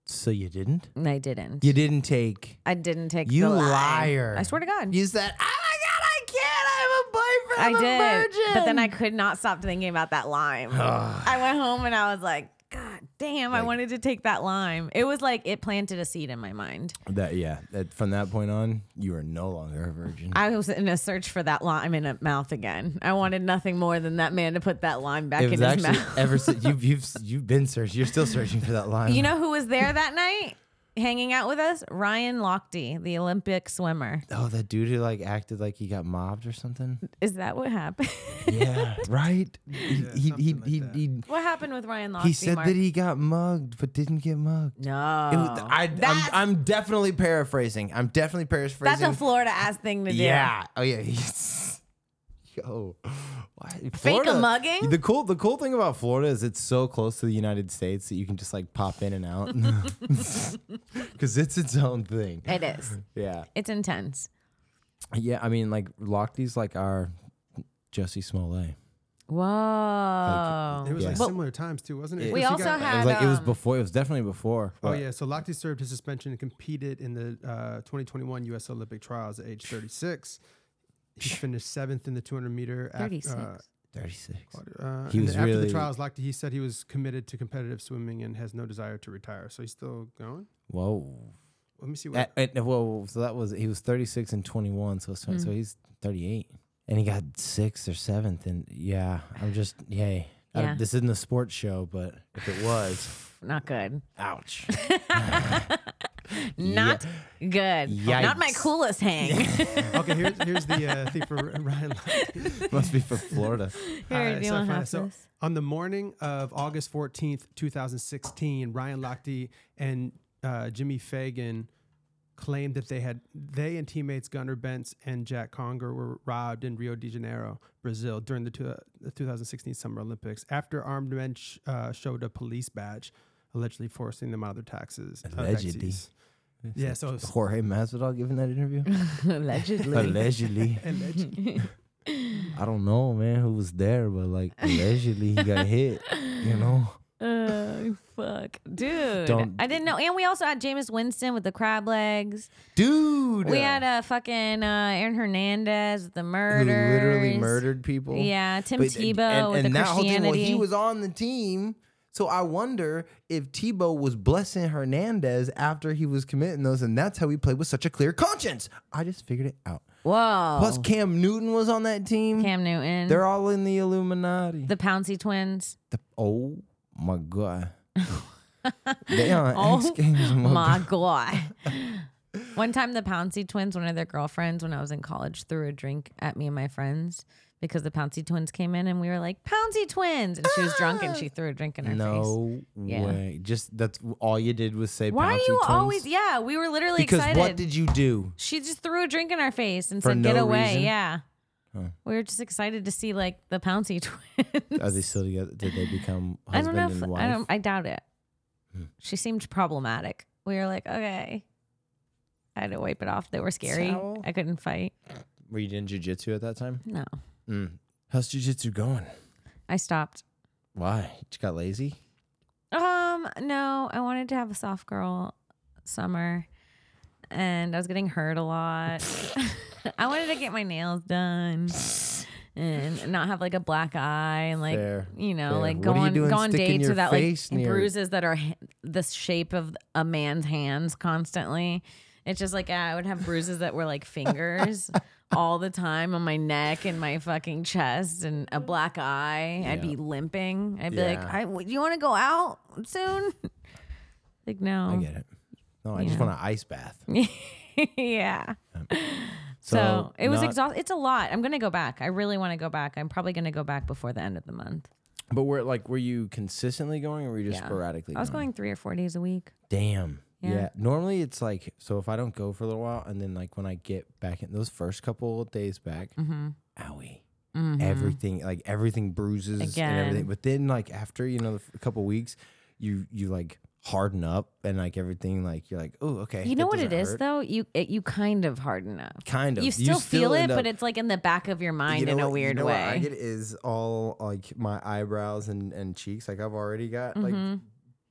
[SPEAKER 3] So you didn't?
[SPEAKER 2] I didn't.
[SPEAKER 3] You didn't take.
[SPEAKER 2] I didn't take
[SPEAKER 3] You
[SPEAKER 2] the lie.
[SPEAKER 3] liar.
[SPEAKER 2] I swear to God.
[SPEAKER 3] You said, "Oh my
[SPEAKER 2] I
[SPEAKER 3] god, I can't. I have a boyfriend. I'm
[SPEAKER 2] did.
[SPEAKER 3] a virgin."
[SPEAKER 2] But then I could not stop thinking about that lime. I went home and I was like, God damn, I wanted to take that lime. It was like it planted a seed in my mind.
[SPEAKER 3] That yeah. That from that point on, you are no longer a virgin.
[SPEAKER 2] I was in a search for that lime in a mouth again. I wanted nothing more than that man to put that lime back
[SPEAKER 3] it
[SPEAKER 2] in
[SPEAKER 3] was
[SPEAKER 2] his
[SPEAKER 3] actually
[SPEAKER 2] mouth.
[SPEAKER 3] ever since you've you've you've been searching. You're still searching for that line.
[SPEAKER 2] You know who was there that night hanging out with us? Ryan Lochte, the Olympic swimmer.
[SPEAKER 3] Oh, that dude who like acted like he got mobbed or something.
[SPEAKER 2] Is that what happened?
[SPEAKER 3] Yeah, right. He he he
[SPEAKER 4] something like
[SPEAKER 3] he,
[SPEAKER 4] that.
[SPEAKER 3] he,
[SPEAKER 2] what happened with Ryan Lochte?
[SPEAKER 3] he said
[SPEAKER 2] Mark?
[SPEAKER 3] that he got mugged, but didn't get mugged.
[SPEAKER 2] No.
[SPEAKER 3] It was, I, I'm,
[SPEAKER 2] that's,
[SPEAKER 3] I'm definitely paraphrasing. I'm definitely
[SPEAKER 2] that's
[SPEAKER 3] paraphrasing.
[SPEAKER 2] a Florida ass thing to do.
[SPEAKER 3] Yeah. Oh yeah. He's, yo. Why-
[SPEAKER 2] mugging?
[SPEAKER 3] The cool the cool thing about Florida is it's so close to the United States that you can just like pop in and out. Cause it's its own thing.
[SPEAKER 2] It is.
[SPEAKER 3] Yeah.
[SPEAKER 2] It's intense.
[SPEAKER 3] Yeah. I mean like Lochte's like our Jesse Smollett.
[SPEAKER 2] Whoa.
[SPEAKER 4] It was
[SPEAKER 3] Oh, Yeah.
[SPEAKER 4] like
[SPEAKER 3] Well-
[SPEAKER 4] similar times too, wasn't it?
[SPEAKER 2] We
[SPEAKER 4] 'Cause he
[SPEAKER 2] also
[SPEAKER 4] got-
[SPEAKER 2] had-
[SPEAKER 3] It was like it was
[SPEAKER 2] um,
[SPEAKER 3] before it was definitely before.
[SPEAKER 4] Oh
[SPEAKER 3] But-
[SPEAKER 4] yeah, so Lochte served his suspension and competed in the uh, 2021 U.S. Olympic trials at age 36. He finished seventh in the 200 meter. af-
[SPEAKER 2] 36.
[SPEAKER 4] uh,
[SPEAKER 3] 36.
[SPEAKER 4] Uh,
[SPEAKER 3] He
[SPEAKER 4] and
[SPEAKER 3] was
[SPEAKER 4] after
[SPEAKER 3] really-
[SPEAKER 4] the trials, Lochte he said he was committed to competitive swimming and has no desire to retire. So he's still going.
[SPEAKER 3] Whoa.
[SPEAKER 4] Let me see what.
[SPEAKER 3] That, and- whoa. So that was, he was 36 and 21. So, it's 20,
[SPEAKER 4] Mm.
[SPEAKER 3] so he's 38. And he got sixth or seventh. And yeah, I'm just, yay. I don't-
[SPEAKER 2] Yeah.
[SPEAKER 3] this isn't a sports show, but if it was,
[SPEAKER 2] Not good.
[SPEAKER 3] ouch.
[SPEAKER 2] Not good. Not my
[SPEAKER 3] Yikes.
[SPEAKER 2] coolest hang.
[SPEAKER 4] okay, here's here's the uh, thing for Ryan. Lochte.
[SPEAKER 3] Must be for Florida.
[SPEAKER 2] Here,
[SPEAKER 4] All
[SPEAKER 2] do
[SPEAKER 4] right,
[SPEAKER 2] you
[SPEAKER 4] so
[SPEAKER 2] want
[SPEAKER 4] fine.
[SPEAKER 2] half
[SPEAKER 4] So
[SPEAKER 2] this?
[SPEAKER 4] on the morning of August 14th, 2016, Ryan Lochte and uh, Jimmy Fagan claimed that they had they and teammates Gunnar Bentz and Jack Conger were robbed in Rio de Janeiro, Brazil during the, two, the 2016 Summer Olympics after armed men sh- uh, showed a police badge allegedly forcing them out of their taxes. uh,
[SPEAKER 3] Allegedly.
[SPEAKER 4] taxis. Yeah, so it's-
[SPEAKER 3] Jorge Masvidal giving that interview?
[SPEAKER 2] Allegedly.
[SPEAKER 3] allegedly.
[SPEAKER 4] alleged-
[SPEAKER 3] I don't know, man, who was there, but like, allegedly he got hit, you know?
[SPEAKER 2] Oh, fuck. Dude.
[SPEAKER 3] Don't-
[SPEAKER 2] I didn't know. And we also had Jameis Winston with the crab legs.
[SPEAKER 3] Dude.
[SPEAKER 2] We had a fucking uh, Aaron Hernandez with the
[SPEAKER 3] who
[SPEAKER 2] murder.
[SPEAKER 3] literally murdered people.
[SPEAKER 2] Yeah, Tim
[SPEAKER 3] But- uh,
[SPEAKER 2] Tebow
[SPEAKER 3] and,
[SPEAKER 2] with
[SPEAKER 3] and
[SPEAKER 2] the
[SPEAKER 3] that whole
[SPEAKER 2] Christianity.
[SPEAKER 3] thing, well, he was on the team. So I wonder if Tebow was blessing Hernandez after he was committing those, and that's how he played with such a clear conscience. I just figured it out.
[SPEAKER 2] Whoa.
[SPEAKER 3] Plus, Cam Newton was on that team.
[SPEAKER 2] Oh. Cam Newton.
[SPEAKER 3] They're all in the Illuminati.
[SPEAKER 2] the Pouncy twins.
[SPEAKER 3] The- oh my god. they are
[SPEAKER 2] Oh
[SPEAKER 3] X Games.
[SPEAKER 2] My God. One time, the Pouncy twins, one of their girlfriends, when I was in college, threw a drink at me and my friends because the Pouncy twins came in and we were like, Pouncy twins. And she was drunk and she threw a drink in her face.
[SPEAKER 3] Ah. No
[SPEAKER 2] Yeah.
[SPEAKER 3] way. Just that's all you did was say.
[SPEAKER 2] Why are
[SPEAKER 3] Pouncy
[SPEAKER 2] you
[SPEAKER 3] twins?
[SPEAKER 2] always, yeah, we were literally
[SPEAKER 3] Because
[SPEAKER 2] excited.
[SPEAKER 3] what did you do?
[SPEAKER 2] she just threw a drink in our face and
[SPEAKER 3] For
[SPEAKER 2] said,
[SPEAKER 3] no
[SPEAKER 2] get away.
[SPEAKER 3] reason?
[SPEAKER 2] Yeah. We were just excited to see like the Pouncy twins.
[SPEAKER 3] Are they still together? Did they become
[SPEAKER 2] I
[SPEAKER 3] husband
[SPEAKER 2] don't know. If,
[SPEAKER 3] and wife? Hmm.
[SPEAKER 2] I don't. I doubt it. She seemed problematic. We were like, okay. I had to wipe it off. They were scary.
[SPEAKER 3] Towel?
[SPEAKER 2] I couldn't fight.
[SPEAKER 3] Were you doing jujitsu at that time?
[SPEAKER 2] No,
[SPEAKER 3] Mm. How's jujitsu going?
[SPEAKER 2] I stopped.
[SPEAKER 3] Why? Just got lazy?
[SPEAKER 2] Um, no, I wanted to have a soft girl summer, and I was getting hurt a lot. I wanted to get my nails done and not have like a black eye and like
[SPEAKER 3] Fair,
[SPEAKER 2] you know
[SPEAKER 3] fair.
[SPEAKER 2] like
[SPEAKER 3] What
[SPEAKER 2] go
[SPEAKER 3] are you
[SPEAKER 2] on
[SPEAKER 3] doing
[SPEAKER 2] go on
[SPEAKER 3] sticking
[SPEAKER 2] dates
[SPEAKER 3] your
[SPEAKER 2] without like
[SPEAKER 3] face near-
[SPEAKER 2] bruises that are h- the shape of a man's hands constantly. It's just like I would have bruises that were like fingers all the time on my neck and my fucking chest and a black eye. I'd
[SPEAKER 3] Yeah.
[SPEAKER 2] be limping. I'd be like,
[SPEAKER 3] Yeah.
[SPEAKER 2] I, w- you want to go out soon? like, no.
[SPEAKER 3] I get it. No, I just
[SPEAKER 2] Oh. Yeah.
[SPEAKER 3] want an ice bath.
[SPEAKER 2] yeah.
[SPEAKER 3] So,
[SPEAKER 2] So, it was
[SPEAKER 3] not-
[SPEAKER 2] exhausting. It's a lot. I'm going to go back. I really want to go back. I'm probably going to go back before the end of the month.
[SPEAKER 3] But were like, were you consistently going, or were you just
[SPEAKER 2] Yeah.
[SPEAKER 3] sporadically?
[SPEAKER 2] I was going three or four days a week.
[SPEAKER 3] Damn.
[SPEAKER 2] Yeah.
[SPEAKER 3] Yeah. Normally it's like so if I don't go for a little while and then like when I get back in those first couple of days back,
[SPEAKER 2] Mm-hmm.
[SPEAKER 3] owie. Mm-hmm. Everything like everything bruises and
[SPEAKER 2] Again.
[SPEAKER 3] everything. But then like after, you know, the f- couple weeks, you you like harden up and like everything like you're like, "Oh, okay."
[SPEAKER 2] You
[SPEAKER 3] that
[SPEAKER 2] know what it
[SPEAKER 3] doesn't
[SPEAKER 2] is
[SPEAKER 3] hurt."
[SPEAKER 2] though? You it, you kind of harden up.
[SPEAKER 3] Kind of.
[SPEAKER 2] You still feel it,
[SPEAKER 3] end up-
[SPEAKER 2] but it's like in the back of your mind
[SPEAKER 3] You know
[SPEAKER 2] in a
[SPEAKER 3] what- you
[SPEAKER 2] weird
[SPEAKER 3] know
[SPEAKER 2] way.
[SPEAKER 3] What I
[SPEAKER 2] Mm-hmm.
[SPEAKER 3] get is all like my eyebrows and and cheeks. Like I've already got like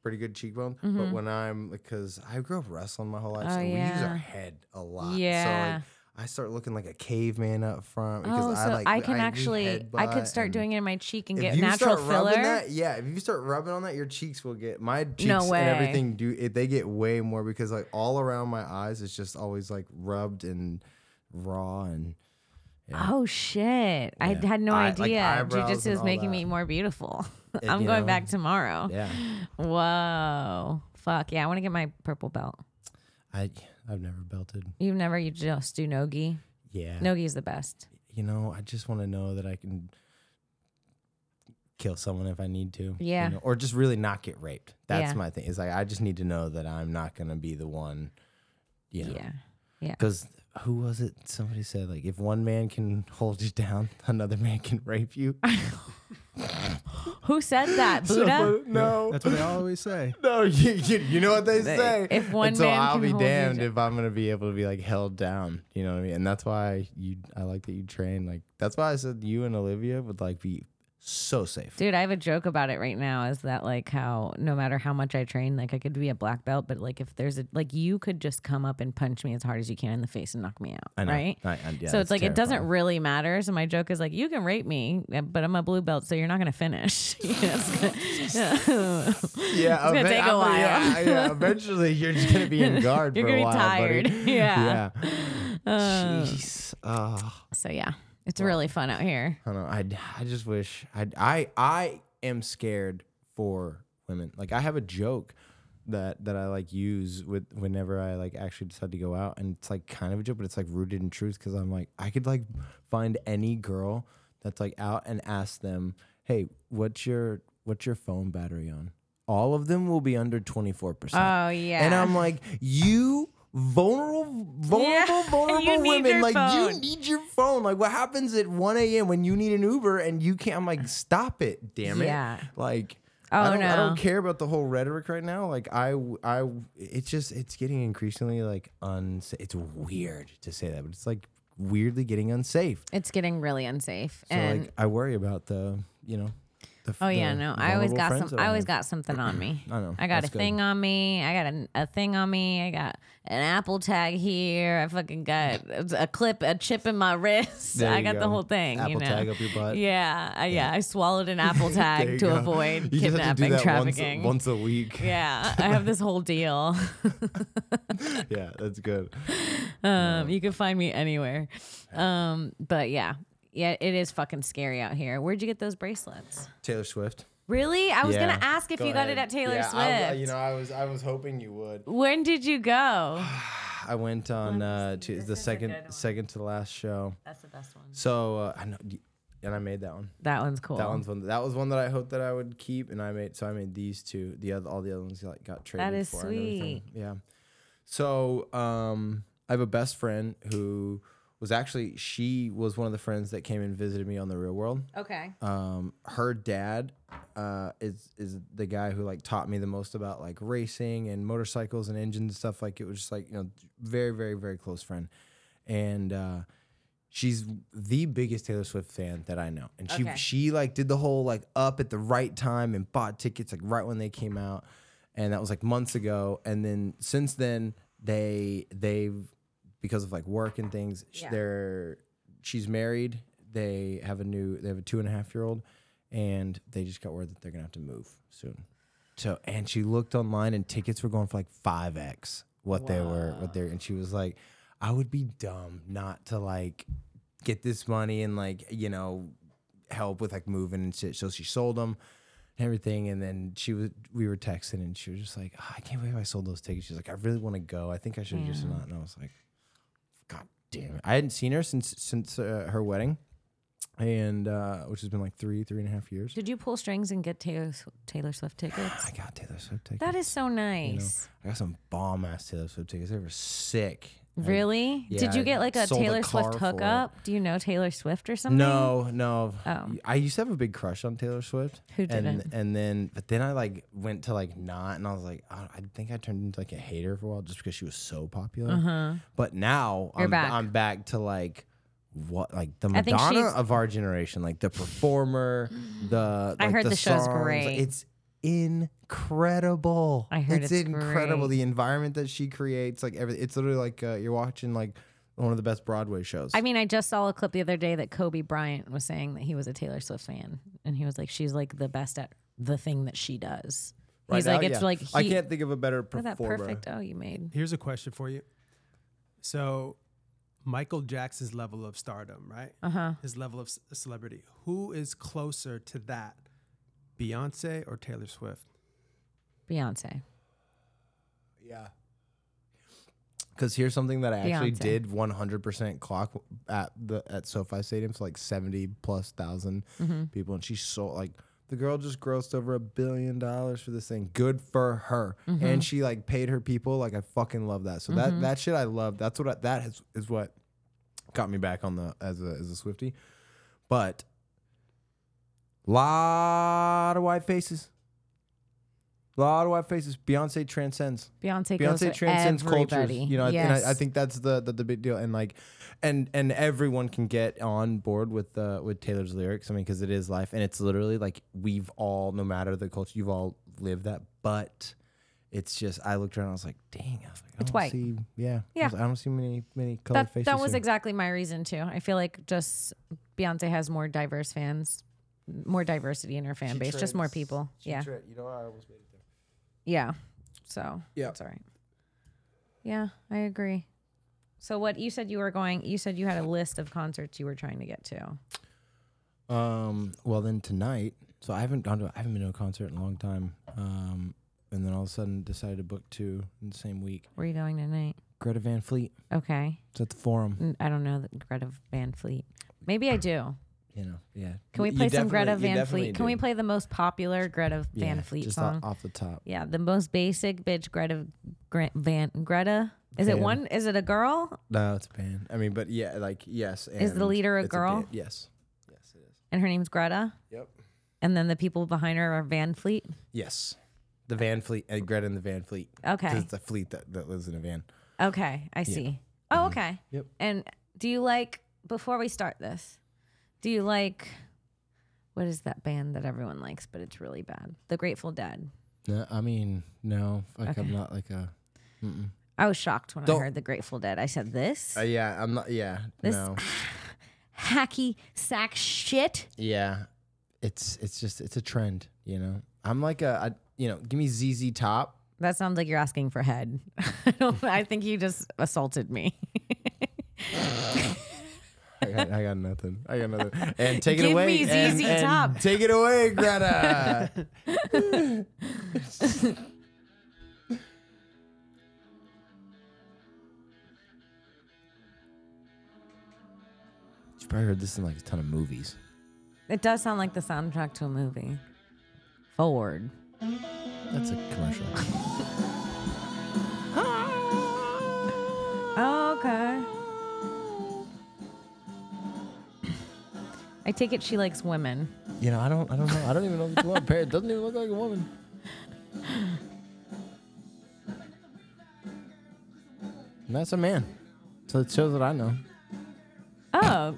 [SPEAKER 3] pretty good cheekbone. But when I'm because I grew up wrestling my whole life,
[SPEAKER 2] Oh,
[SPEAKER 3] so we use
[SPEAKER 2] yeah.
[SPEAKER 3] our head a lot. So
[SPEAKER 2] Yeah.
[SPEAKER 3] like, I start looking like a caveman up front because
[SPEAKER 2] Oh, so
[SPEAKER 3] I
[SPEAKER 2] I,
[SPEAKER 3] like
[SPEAKER 2] can
[SPEAKER 3] we
[SPEAKER 2] actually, I
[SPEAKER 3] headbutt
[SPEAKER 2] could start
[SPEAKER 3] and-
[SPEAKER 2] doing it in my cheek and
[SPEAKER 3] If
[SPEAKER 2] get
[SPEAKER 3] you
[SPEAKER 2] natural
[SPEAKER 3] start
[SPEAKER 2] filler.
[SPEAKER 3] rubbing that, yeah, if you start rubbing on that, your cheeks will get my cheeks
[SPEAKER 2] way.
[SPEAKER 3] and everything do it, they get way more because like all around my eyes it's just always like rubbed and raw and
[SPEAKER 2] Oh shit! I
[SPEAKER 3] Yeah.
[SPEAKER 2] had no
[SPEAKER 3] Eye- like
[SPEAKER 2] idea.
[SPEAKER 3] eyebrows
[SPEAKER 2] Jujitsu
[SPEAKER 3] and
[SPEAKER 2] is
[SPEAKER 3] all
[SPEAKER 2] making me
[SPEAKER 3] that.
[SPEAKER 2] more beautiful.
[SPEAKER 3] It-
[SPEAKER 2] I'm
[SPEAKER 3] you
[SPEAKER 2] going
[SPEAKER 3] know?
[SPEAKER 2] back tomorrow.
[SPEAKER 3] yeah.
[SPEAKER 2] Whoa! Fuck yeah! I want to get my purple belt.
[SPEAKER 3] I I've never belted.
[SPEAKER 2] You've never you just do nogi.
[SPEAKER 3] Yeah.
[SPEAKER 2] Nogi's the best.
[SPEAKER 3] You know, I just want to know that I can kill someone if I need to. you
[SPEAKER 2] Yeah.
[SPEAKER 3] know, or just really not get raped. That's
[SPEAKER 2] Yeah.
[SPEAKER 3] my thing. Is like I just need to know that I'm not gonna be the one. You know,
[SPEAKER 2] Yeah.
[SPEAKER 3] Because who was it? Somebody said like, if one man can hold you down, another man can rape you.
[SPEAKER 2] Who said that? Buddha.
[SPEAKER 3] Someone- no,
[SPEAKER 4] That's what they always say.
[SPEAKER 3] no, you, you you know what they
[SPEAKER 2] They-
[SPEAKER 3] say.
[SPEAKER 2] if one
[SPEAKER 3] and so
[SPEAKER 2] man
[SPEAKER 3] I'll
[SPEAKER 2] can
[SPEAKER 3] be
[SPEAKER 2] hold you
[SPEAKER 3] damned
[SPEAKER 2] down.
[SPEAKER 3] if I'm gonna be able to be like held down. You know what I mean? And that's why you, I like that you train. Like that's why I said you and Olivia would like be so safe.
[SPEAKER 2] Dude, I have a joke about it right now. Is that like how no matter how much I train, like I could be a black belt, but like if there's a like you could just come up and punch me as hard as you can in the face and knock me out,
[SPEAKER 3] I know.
[SPEAKER 2] right?
[SPEAKER 3] I- I- yeah,
[SPEAKER 2] so it's
[SPEAKER 3] it's
[SPEAKER 2] like it doesn't
[SPEAKER 3] terrifying.
[SPEAKER 2] really matter. So my joke is like you can rape me, eh, but I'm a blue belt, so you're not gonna finish. You know, it's gonna-
[SPEAKER 3] Yeah,
[SPEAKER 2] gonna
[SPEAKER 3] even-
[SPEAKER 2] take a
[SPEAKER 3] I'm-
[SPEAKER 2] while.
[SPEAKER 3] Yeah, yeah, eventually you're just gonna be in guard.
[SPEAKER 2] You're
[SPEAKER 3] for
[SPEAKER 2] gonna
[SPEAKER 3] a
[SPEAKER 2] be
[SPEAKER 3] while,
[SPEAKER 2] tired. Uh.
[SPEAKER 3] buddy.
[SPEAKER 2] Yeah.
[SPEAKER 3] Jeez. Ah.
[SPEAKER 2] so yeah, it's really fun out here.
[SPEAKER 3] I don't know. I, I just wish I I I am scared for women. Like I have a joke that that I like use with whenever I like actually decide to go out, and it's like kind of a joke, but it's like rooted in truth because I'm like I could like find any girl that's like out and ask them, hey, what's your what's your phone battery on? All of them will be under twenty four percent.
[SPEAKER 2] Oh yeah,
[SPEAKER 3] uh, And um, I'm like, you vulnerable, vulnerable,
[SPEAKER 2] Yeah,
[SPEAKER 3] vulnerable
[SPEAKER 2] you need
[SPEAKER 3] women.
[SPEAKER 2] your
[SPEAKER 3] Like you
[SPEAKER 2] phone.
[SPEAKER 3] need your phone. Like what happens at 1 a.m. when you need an Uber and you can't? I'm like, stop it, damn it.
[SPEAKER 2] Yeah.
[SPEAKER 3] Like. I
[SPEAKER 2] Oh,
[SPEAKER 3] don't, I don't
[SPEAKER 2] no.
[SPEAKER 3] care about the whole rhetoric right now. Like I, w- I w- it's just it's getting increasingly like uns. It's weird to say that, but it's like weirdly getting unsafe.
[SPEAKER 2] it's getting really unsafe.
[SPEAKER 3] So
[SPEAKER 2] and
[SPEAKER 3] like I worry about the you know. The, f-
[SPEAKER 2] Oh yeah,
[SPEAKER 3] the
[SPEAKER 2] no. I always
[SPEAKER 3] vulnerable
[SPEAKER 2] got
[SPEAKER 3] friends
[SPEAKER 2] some.
[SPEAKER 3] that
[SPEAKER 2] I always
[SPEAKER 3] have.
[SPEAKER 2] got something on me.
[SPEAKER 3] I know.
[SPEAKER 2] I got
[SPEAKER 3] That's
[SPEAKER 2] a
[SPEAKER 3] good.
[SPEAKER 2] thing on me. I got an, a thing on me. I got an Apple tag here. I fucking got a clip, a chip in my wrist.
[SPEAKER 3] There
[SPEAKER 2] I
[SPEAKER 3] you
[SPEAKER 2] got the
[SPEAKER 3] go.
[SPEAKER 2] whole thing. you
[SPEAKER 3] Apple
[SPEAKER 2] know?
[SPEAKER 3] tag up your butt.
[SPEAKER 2] Yeah, I, yeah. I swallowed an Apple
[SPEAKER 3] There
[SPEAKER 2] tag
[SPEAKER 3] you
[SPEAKER 2] to
[SPEAKER 3] go.
[SPEAKER 2] avoid
[SPEAKER 3] You just have
[SPEAKER 2] kidnapping,
[SPEAKER 3] to do that once-
[SPEAKER 2] trafficking.
[SPEAKER 3] Once, a week. Yeah,
[SPEAKER 2] yeah, I have this whole deal.
[SPEAKER 3] that's good.
[SPEAKER 2] Um, you can find me anywhere. Um, but yeah, yeah, it is fucking scary out here. Where'd you get those bracelets?
[SPEAKER 3] Taylor Swift.
[SPEAKER 2] Really? I was gonna ask if you got it at Taylor Swift.
[SPEAKER 3] uh, you know, I was I was hoping you would.
[SPEAKER 2] When did you go?
[SPEAKER 3] I went on uh, to the
[SPEAKER 2] is a
[SPEAKER 3] second
[SPEAKER 2] good one.
[SPEAKER 3] second to last show.
[SPEAKER 2] That's the best one.
[SPEAKER 3] So uh, I know, and I made that one.
[SPEAKER 2] That one's cool.
[SPEAKER 3] That one's one. That was one that I hoped that I would keep, and I made so I made these two. The other all the other ones like got traded.
[SPEAKER 2] is
[SPEAKER 3] for and everything. Yeah. So um, I have a best friend who was actually she was one of the friends that came and visited me on the Real World.
[SPEAKER 2] okay.
[SPEAKER 3] um, her dad uh, is is the guy who like taught me the most about like racing and motorcycles and engines and stuff. Like it was just like you know very very very close friend, and uh, she's the biggest Taylor Swift fan that I know. And she
[SPEAKER 2] Okay.
[SPEAKER 3] she like did the whole like up at the right time and bought tickets like right when they came out, and that was like months ago. And then since then they they've because of like work and things sh-
[SPEAKER 2] Yeah.
[SPEAKER 3] they're she's married they have a new they have a two and a half year old and they just got word that they're gonna have to move soon so and she looked online and tickets were going for like 5x what they were what they and she was like i would be dumb not to like get this money and like you know help with like moving and shit so she sold them and everything and then she was we were texting and she was just like "Ah, i can't believe i sold those tickets she's like i really want to go i think i should have just not and i was like God damn it! I hadn't seen her since since uh, her wedding, and uh, which has been like three three and a half years.
[SPEAKER 2] Did you pull strings and get Taylor Sw- Taylor Swift tickets?
[SPEAKER 3] I got Taylor Swift tickets.
[SPEAKER 2] That is so
[SPEAKER 3] you know.
[SPEAKER 2] nice.
[SPEAKER 3] I got some bomb ass Taylor Swift tickets. They were sick. I-
[SPEAKER 2] Really?
[SPEAKER 3] Yeah,
[SPEAKER 2] did you
[SPEAKER 3] I
[SPEAKER 2] get like a
[SPEAKER 3] sold a
[SPEAKER 2] Taylor Swift
[SPEAKER 3] car for it.
[SPEAKER 2] hookup? Do you know Taylor Swift or something?
[SPEAKER 3] no, no.
[SPEAKER 2] Oh.
[SPEAKER 3] I used to have a big crush on Taylor Swift.
[SPEAKER 2] Who
[SPEAKER 3] And,
[SPEAKER 2] didn't?
[SPEAKER 3] and then, but then I like went to like not, and I was like, I, I think I turned into like a hater for a while just because she was so popular. But now
[SPEAKER 2] Uh-huh. You're
[SPEAKER 3] I'm
[SPEAKER 2] back.
[SPEAKER 3] I'm back to like what like the
[SPEAKER 2] I think
[SPEAKER 3] Madonna
[SPEAKER 2] she's-
[SPEAKER 3] of our generation, like the performer, the
[SPEAKER 2] I
[SPEAKER 3] like,
[SPEAKER 2] heard the show's
[SPEAKER 3] songs.
[SPEAKER 2] great.
[SPEAKER 3] It's incredible.
[SPEAKER 2] I heard it's
[SPEAKER 3] incredible.
[SPEAKER 2] great.
[SPEAKER 3] The environment that she creates, like everything. It's literally like uh, you're watching like one of the best Broadway shows.
[SPEAKER 2] I mean, I just saw a clip the other day that Kobe Bryant was saying that he was a Taylor Swift fan, and he was like, "She's like the best at the thing that she does."
[SPEAKER 3] Right
[SPEAKER 2] He's
[SPEAKER 3] now,
[SPEAKER 2] like, "It's
[SPEAKER 3] yeah.
[SPEAKER 2] like
[SPEAKER 3] I
[SPEAKER 2] he-
[SPEAKER 3] can't think of a better
[SPEAKER 2] Look
[SPEAKER 3] performer.
[SPEAKER 2] at that perfect oh you made."
[SPEAKER 4] Here's a question for you. So, Michael Jackson's level of stardom, right?
[SPEAKER 2] Uh huh.
[SPEAKER 4] His level of c- celebrity. Who is closer to that, Beyonce or Taylor Swift?
[SPEAKER 2] Beyonce.
[SPEAKER 3] Yeah. Because here's something that I actually
[SPEAKER 2] Beyonce.
[SPEAKER 3] did 100% clock at the at SoFi Stadium for like 70 plus 1000 people, and she sold like the girl just grossed over a billion dollars for this thing. Good for her, and she like paid her people. Like I fucking love that. So that that shit I love. That's what I, that is is what got me back on the as a as a Swifty. But lot of white faces. Lot of white faces. Beyonce transcends.
[SPEAKER 2] Beyonce. goes
[SPEAKER 3] Beyonce
[SPEAKER 2] for
[SPEAKER 3] transcends cultures.
[SPEAKER 2] everybody.
[SPEAKER 3] You know,
[SPEAKER 2] yes.
[SPEAKER 3] and I, I think that's the, the the big deal. And like, and and everyone can get on board with uh, with Taylor's lyrics. I mean, because it is life, and it's literally like we've all, no matter the culture, you've all lived that. But it's just, I looked around, I was like, dang, I was like, I
[SPEAKER 2] It's
[SPEAKER 3] don't
[SPEAKER 2] white.
[SPEAKER 3] See, yeah, I,
[SPEAKER 2] Yeah.
[SPEAKER 3] was like, I don't see many many colored
[SPEAKER 2] that
[SPEAKER 3] faces.
[SPEAKER 2] that was
[SPEAKER 3] here.
[SPEAKER 2] exactly my reason too. I feel like just Beyonce has more diverse fans, more diversity in her fan
[SPEAKER 3] She
[SPEAKER 2] base, just more
[SPEAKER 3] trends-
[SPEAKER 2] people.
[SPEAKER 3] she
[SPEAKER 2] yeah,
[SPEAKER 3] tra- you know, I almost made it there.
[SPEAKER 2] yeah. So
[SPEAKER 3] Yeah.
[SPEAKER 2] it's all right. Yeah, I agree. So what you said you were going? You said you had a list of concerts you were trying to get to.
[SPEAKER 3] Um. Well, then tonight. So I haven't gone to. I haven't been to a concert in a long time. Um. And then all of a sudden decided to book two in the same week.
[SPEAKER 2] Where are you going tonight?
[SPEAKER 3] Greta Van Fleet.
[SPEAKER 2] Okay,
[SPEAKER 3] It's at the Forum.
[SPEAKER 2] N- I don't know the Greta Van Fleet. Maybe I do.
[SPEAKER 3] You know. Yeah.
[SPEAKER 2] Can we play some Greta Van Fleet? Can we play the most popular Greta Van Fleet
[SPEAKER 3] just
[SPEAKER 2] song?
[SPEAKER 3] Off, off the top.
[SPEAKER 2] Yeah, the most basic bitch, Greta Gra- Van Greta. Is it
[SPEAKER 3] Van.
[SPEAKER 2] one? Is it a girl?
[SPEAKER 3] No, it's a band. I mean, but yeah, like yes.
[SPEAKER 2] Is the
[SPEAKER 3] and
[SPEAKER 2] leader a
[SPEAKER 3] it's
[SPEAKER 2] girl?
[SPEAKER 3] band. yes. Yes, it is.
[SPEAKER 2] And her name's Greta.
[SPEAKER 3] Yep.
[SPEAKER 2] And then the people behind her are Van Fleet.
[SPEAKER 3] Yes. The Van Fleet. Uh, Greta and the Van Fleet. 'Cause
[SPEAKER 2] Okay.
[SPEAKER 3] It's a fleet that, that lives in a van.
[SPEAKER 2] Okay, I see. Oh, okay.
[SPEAKER 3] Mm-hmm. Yep.
[SPEAKER 2] And do you like before we start this? Do you like what is that band that everyone likes but it's really bad? The Grateful Dead.
[SPEAKER 3] No, I mean, no. Like
[SPEAKER 2] Okay.
[SPEAKER 3] I'm not like a.
[SPEAKER 2] I was shocked when
[SPEAKER 3] Don't-
[SPEAKER 2] I heard the Grateful Dead. I said this
[SPEAKER 3] Uh, yeah, I'm not. Yeah,
[SPEAKER 2] This-
[SPEAKER 3] no.
[SPEAKER 2] hacky sack shit.
[SPEAKER 3] Yeah, it's it's just it's a trend, you know. I'm like a, I, you know, give me ZZ Top.
[SPEAKER 2] That sounds like you're asking for head. I don't. I think you just assaulted me.
[SPEAKER 3] I got, I got nothing. I got nothing. And take
[SPEAKER 2] Give
[SPEAKER 3] it away.
[SPEAKER 2] me
[SPEAKER 3] and-
[SPEAKER 2] ZZ
[SPEAKER 3] and
[SPEAKER 2] Top.
[SPEAKER 3] Take it away, Greta. you probably heard this in like a ton of movies.
[SPEAKER 2] It does sound like the soundtrack to a movie. Forward.
[SPEAKER 3] That's a commercial.
[SPEAKER 2] okay. I take it she likes women.
[SPEAKER 3] You know, I don't, I don't know. I don't even know if it's a woman. It doesn't even look like a woman. And that's a man. So it shows that I know.
[SPEAKER 2] Oh,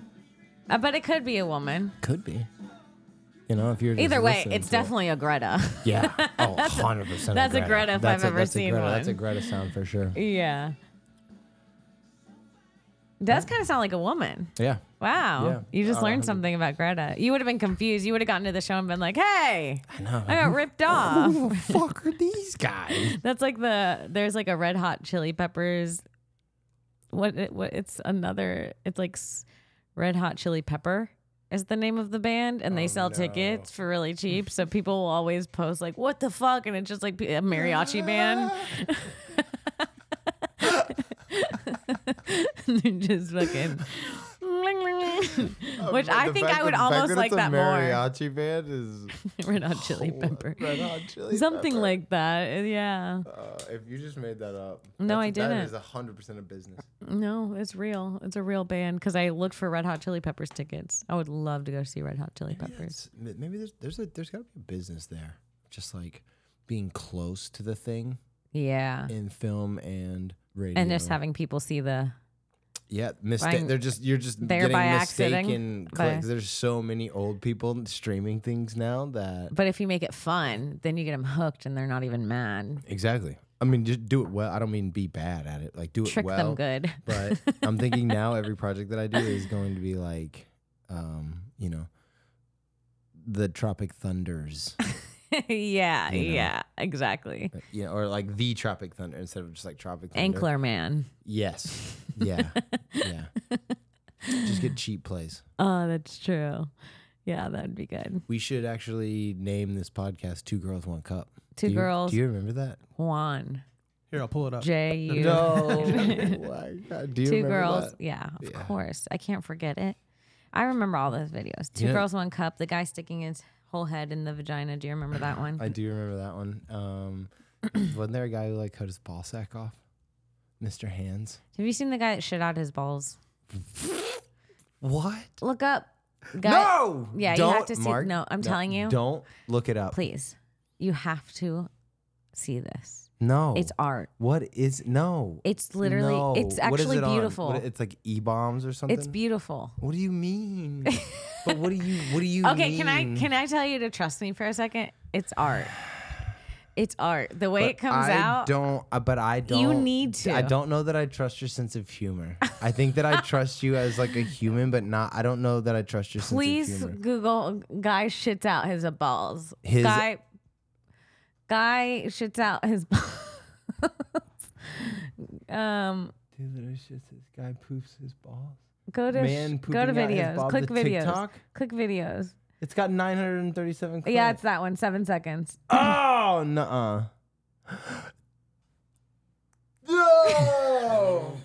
[SPEAKER 2] I bet it could be a woman.
[SPEAKER 3] Could be. You know, if you're just
[SPEAKER 2] Either way,
[SPEAKER 3] listening
[SPEAKER 2] it's
[SPEAKER 3] to it.
[SPEAKER 2] definitely a Greta.
[SPEAKER 3] yeah. Oh, 100 percent.
[SPEAKER 2] that's a Greta if I've ever
[SPEAKER 3] that's
[SPEAKER 2] seen
[SPEAKER 3] a Greta, That's a
[SPEAKER 2] one.
[SPEAKER 3] Greta sound for sure.
[SPEAKER 2] yeah. Does kind of sound like a woman.
[SPEAKER 3] Yeah.
[SPEAKER 2] Wow.
[SPEAKER 3] Yeah.
[SPEAKER 2] You just
[SPEAKER 3] Oh,
[SPEAKER 2] learned
[SPEAKER 3] 100.
[SPEAKER 2] something about Greta. You would have been confused. You would have gotten to the show and been like, hey,
[SPEAKER 3] I know.
[SPEAKER 2] I got ripped off.
[SPEAKER 3] Who the fuck are these guys?
[SPEAKER 2] That's like the there's like a Red Hot Chili Peppers. What it, what it's another it's like s- Red Hot Chili Pepper is the name of the band, and they sell tickets for really cheap. So people will always post like, "What the fuck?" and it's just like a mariachi band. They're just fucking.
[SPEAKER 3] Uh, Oh,
[SPEAKER 2] Which I think I would almost like that more.
[SPEAKER 3] mariachi band is
[SPEAKER 2] Red Hot Chili Pepper.
[SPEAKER 3] Red Hot Chili
[SPEAKER 2] Something like that. Yeah.
[SPEAKER 3] Uh, if you just made that up,
[SPEAKER 2] No, I
[SPEAKER 3] That
[SPEAKER 2] didn't.
[SPEAKER 3] is hundred percent a business.
[SPEAKER 2] No, it's real. It's a real band because I looked for Red Hot Chili Peppers tickets. I would love to go see Red Hot Chili Peppers.
[SPEAKER 3] It's- m- Maybe there's there's a there's got to be a business there, just like being close to the thing
[SPEAKER 2] Yeah.
[SPEAKER 3] in film and radio,
[SPEAKER 2] And just having people see the
[SPEAKER 3] Yeah, mistake.
[SPEAKER 2] Buying-
[SPEAKER 3] They're just you're just
[SPEAKER 2] There
[SPEAKER 3] getting
[SPEAKER 2] by accident,
[SPEAKER 3] mistaken
[SPEAKER 2] by-
[SPEAKER 3] clicks. There's so many old people streaming things now that
[SPEAKER 2] But if you make it fun, then you get them hooked and they're not even mad.
[SPEAKER 3] exactly. I mean, just do it well. I don't mean be bad at it. Like do it
[SPEAKER 2] Trick them
[SPEAKER 3] well.
[SPEAKER 2] good.
[SPEAKER 3] But I'm thinking now every project that I do is going to be like, um, you know, the Tropic Thunders,
[SPEAKER 2] yeah,
[SPEAKER 3] You know.
[SPEAKER 2] yeah, exactly.
[SPEAKER 3] you know, or like the Tropic Thunder instead of just like Tropic Thunder.
[SPEAKER 2] Ankler man.
[SPEAKER 3] Yes. Yeah. yeah. Just get cheap plays.
[SPEAKER 2] Oh, that's true. Yeah, that'd be good.
[SPEAKER 3] We should actually name this podcast Two Girls One Cup.
[SPEAKER 2] Two
[SPEAKER 3] Do you-
[SPEAKER 2] girls,
[SPEAKER 3] Do you remember that?
[SPEAKER 2] Juan,
[SPEAKER 4] Here, I'll pull it up.
[SPEAKER 2] J U.
[SPEAKER 3] No. Oh My God, Do you
[SPEAKER 2] Two
[SPEAKER 3] remember
[SPEAKER 2] girls.
[SPEAKER 3] that?
[SPEAKER 2] Yeah, of
[SPEAKER 3] Yeah.
[SPEAKER 2] course. I can't forget it. I remember all those videos. Two
[SPEAKER 3] Yeah.
[SPEAKER 2] girls, one cup. The guy sticking his whole head in the vagina. Do you remember that one?
[SPEAKER 3] I do remember that one. Um, wasn't there a guy who like cut his ball sack off? Mr. Hands.
[SPEAKER 2] Have you seen the guy that shit out his balls?
[SPEAKER 3] What?
[SPEAKER 2] Look up. Guy,
[SPEAKER 3] no.
[SPEAKER 2] Yeah, you
[SPEAKER 3] don't,
[SPEAKER 2] have to see.
[SPEAKER 3] Mark,
[SPEAKER 2] no, I'm
[SPEAKER 3] no,
[SPEAKER 2] telling you.
[SPEAKER 3] Don't look it up.
[SPEAKER 2] Please, you have to see this.
[SPEAKER 3] No.
[SPEAKER 2] It's art.
[SPEAKER 3] what is no?
[SPEAKER 2] It's literally.
[SPEAKER 3] No.
[SPEAKER 2] It's
[SPEAKER 3] What is
[SPEAKER 2] actually
[SPEAKER 3] it on? What-
[SPEAKER 2] beautiful.
[SPEAKER 3] it's like e bombs or something.
[SPEAKER 2] it's beautiful.
[SPEAKER 3] What do you mean? but what do you what do you
[SPEAKER 2] Okay,
[SPEAKER 3] mean?
[SPEAKER 2] can I can I tell you to trust me for a second? It's art. It's art. The way
[SPEAKER 3] But
[SPEAKER 2] it comes
[SPEAKER 3] I
[SPEAKER 2] out.
[SPEAKER 3] don't uh, but I don't
[SPEAKER 2] need to.
[SPEAKER 3] I don't know that I trust your sense of humor. I think that I trust you as like a human but not I don't know that I trust your sense
[SPEAKER 2] Please
[SPEAKER 3] of humor.
[SPEAKER 2] Google guy shits out his balls.
[SPEAKER 3] His-
[SPEAKER 2] guy guy shits out his balls. um,
[SPEAKER 3] Dude, that is just this guy poofs his balls.
[SPEAKER 2] go to
[SPEAKER 3] Man
[SPEAKER 2] go to
[SPEAKER 3] pooping out his
[SPEAKER 2] videos.
[SPEAKER 3] ball-
[SPEAKER 2] Click
[SPEAKER 3] the
[SPEAKER 2] videos.
[SPEAKER 3] TikTok?
[SPEAKER 2] Click videos.
[SPEAKER 3] It's got 937 clicks.
[SPEAKER 2] Yeah, it's that one. Seven seconds.
[SPEAKER 3] Oh, nuh-uh. No.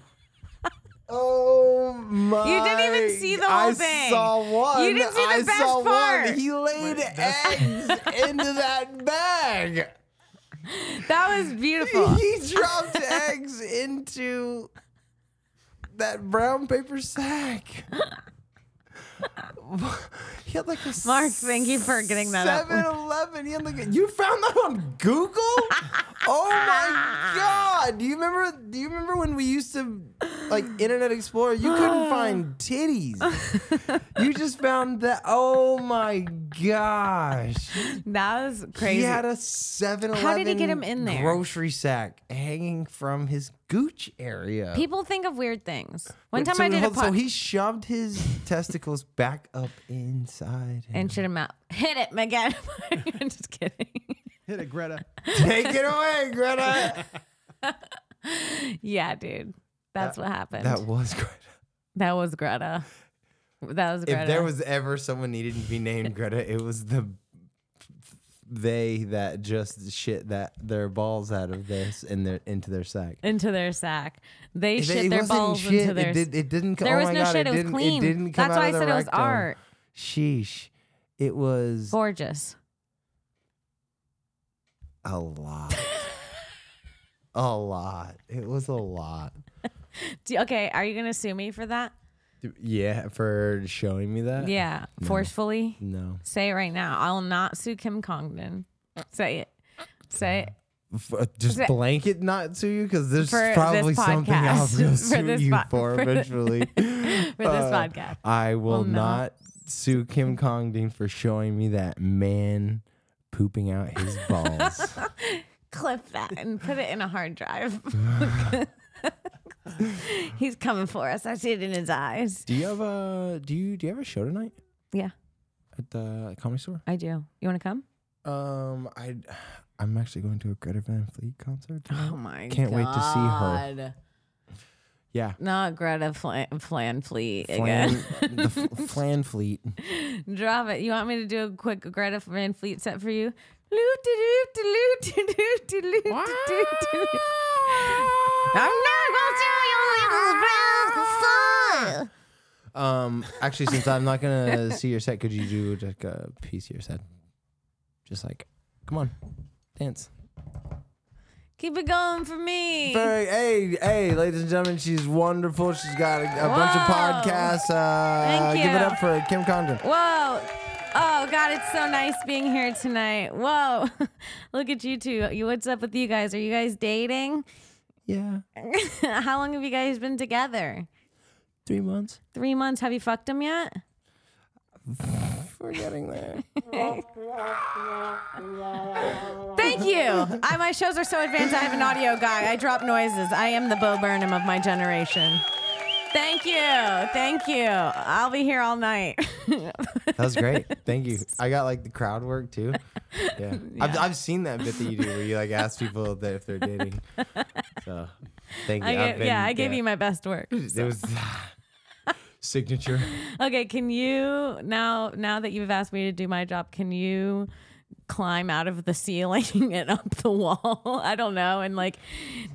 [SPEAKER 3] oh my.
[SPEAKER 2] You didn't even see the whole
[SPEAKER 3] I
[SPEAKER 2] thing.
[SPEAKER 3] saw one.
[SPEAKER 2] You didn't see the
[SPEAKER 3] I
[SPEAKER 2] best
[SPEAKER 3] saw
[SPEAKER 2] part.
[SPEAKER 3] One. He laid eggs into that bag.
[SPEAKER 2] That was beautiful.
[SPEAKER 3] He dropped eggs into that brown paper sack. he had like a
[SPEAKER 2] Mark, thank you for getting that up.
[SPEAKER 3] 7 Eleven. He had like a, you found that on Google? oh my god! Do you remember? Do you remember when we used to like Internet Explorer? You couldn't find titties. you just found that. Oh my gosh!
[SPEAKER 2] That was crazy.
[SPEAKER 3] He had a 7
[SPEAKER 2] How did he get him in there?
[SPEAKER 3] Grocery sack hanging from his gooch area.
[SPEAKER 2] People think of weird things. One
[SPEAKER 3] Wait,
[SPEAKER 2] time
[SPEAKER 3] so
[SPEAKER 2] I did a
[SPEAKER 3] hold- So
[SPEAKER 2] podcast.
[SPEAKER 3] he shoved his testicles back up inside him.
[SPEAKER 2] and shit him out. Hit it, Megan. I'm just kidding.
[SPEAKER 4] Hit it, Greta.
[SPEAKER 3] Take it away, Greta.
[SPEAKER 2] yeah, dude. That's what happened.
[SPEAKER 3] that was Greta.
[SPEAKER 2] That was Greta. That was Greta.
[SPEAKER 3] If there was ever someone needed to be named Greta, it was the they that just shit that their balls out of this and their into their sack.
[SPEAKER 2] into their sack. They
[SPEAKER 3] It-
[SPEAKER 2] shit
[SPEAKER 3] it
[SPEAKER 2] their
[SPEAKER 3] wasn't
[SPEAKER 2] balls
[SPEAKER 3] shit.
[SPEAKER 2] into their.
[SPEAKER 3] It, did, it didn't. co-
[SPEAKER 2] there
[SPEAKER 3] oh
[SPEAKER 2] was
[SPEAKER 3] my
[SPEAKER 2] no
[SPEAKER 3] God,
[SPEAKER 2] shit. It, was
[SPEAKER 3] didn't-
[SPEAKER 2] clean.
[SPEAKER 3] didn't come
[SPEAKER 2] That's
[SPEAKER 3] out
[SPEAKER 2] why I
[SPEAKER 3] of the
[SPEAKER 2] said it was
[SPEAKER 3] rectum.
[SPEAKER 2] art.
[SPEAKER 3] Sheesh. It was
[SPEAKER 2] Gorgeous.
[SPEAKER 3] a lot. a lot. It was a lot.
[SPEAKER 2] Do, okay, are you gonna sue me for that?
[SPEAKER 3] Yeah, for showing me that?
[SPEAKER 2] Yeah, forcefully.
[SPEAKER 3] No.
[SPEAKER 2] Say it right now. I'll not sue Kim Congdon. Say it. Say it.
[SPEAKER 3] F- uh, just
[SPEAKER 2] it-
[SPEAKER 3] blanket not to you because there's
[SPEAKER 2] For this
[SPEAKER 3] probably something
[SPEAKER 2] podcast.
[SPEAKER 3] else will
[SPEAKER 2] For
[SPEAKER 3] sue
[SPEAKER 2] this
[SPEAKER 3] you
[SPEAKER 2] po-
[SPEAKER 3] for
[SPEAKER 2] for the-
[SPEAKER 3] eventually.
[SPEAKER 2] for
[SPEAKER 3] Uh.
[SPEAKER 2] this podcast.
[SPEAKER 3] I will
[SPEAKER 2] Well, no.
[SPEAKER 3] not sue Kim Congdon for showing me that man pooping out his balls.
[SPEAKER 2] clip that and put it in a hard drive. He's coming for us. I see it in his eyes.
[SPEAKER 5] Do you have a do you do you have a show tonight
[SPEAKER 2] Yeah,
[SPEAKER 5] at the comedy store?
[SPEAKER 2] I do. You want to come?
[SPEAKER 3] um, I, I'm actually going to a Greta Van Fleet concert. tonight.
[SPEAKER 2] Oh my
[SPEAKER 3] Can't wait to see her.
[SPEAKER 2] God.
[SPEAKER 3] Yeah.
[SPEAKER 2] Not Greta Flan, Flan Fleet again.
[SPEAKER 3] Flan, the f- Flan Fleet.
[SPEAKER 2] Drop it. You want me to do a quick Greta Van Fleet set for you? I'm not gonna tell you this is
[SPEAKER 3] Um, actually, since I'm not gonna see your set, could you do like a piece of your set? Just like, come on, dance.
[SPEAKER 2] Keep it going for me.
[SPEAKER 3] Very, hey, hey, ladies and gentlemen, she's wonderful. She's got a, a bunch of
[SPEAKER 2] Whoa.
[SPEAKER 3] podcasts. Uh,
[SPEAKER 2] Thank
[SPEAKER 3] Give it
[SPEAKER 2] you.
[SPEAKER 3] up for Kim Condon.
[SPEAKER 2] Whoa. Oh God, it's so nice being here tonight. Whoa. Look at you two. You what's up with you guys? Are you guys dating?
[SPEAKER 3] Yeah,
[SPEAKER 2] How long have you guys been together?
[SPEAKER 5] Three months.
[SPEAKER 2] Three months. Have you fucked him yet?
[SPEAKER 5] We're getting there.
[SPEAKER 2] Thank you. I, my shows are so advanced. I have an audio guy. I drop noises. I am the Bo Burnham of my generation. Thank you. Thank you. I'll be here all night.
[SPEAKER 3] That was great. Thank you. I got like the crowd work too. Yeah. I've, I've seen that bit that you do where you like ask people that if they're dating. So thank you.
[SPEAKER 2] I
[SPEAKER 3] I've
[SPEAKER 2] gave, yeah,
[SPEAKER 3] been-
[SPEAKER 2] I gave you my best work.
[SPEAKER 3] It was signature.
[SPEAKER 2] Okay, can you now now that you've asked me to do my job, can you climb out of the ceiling and up the wall? I don't know, and like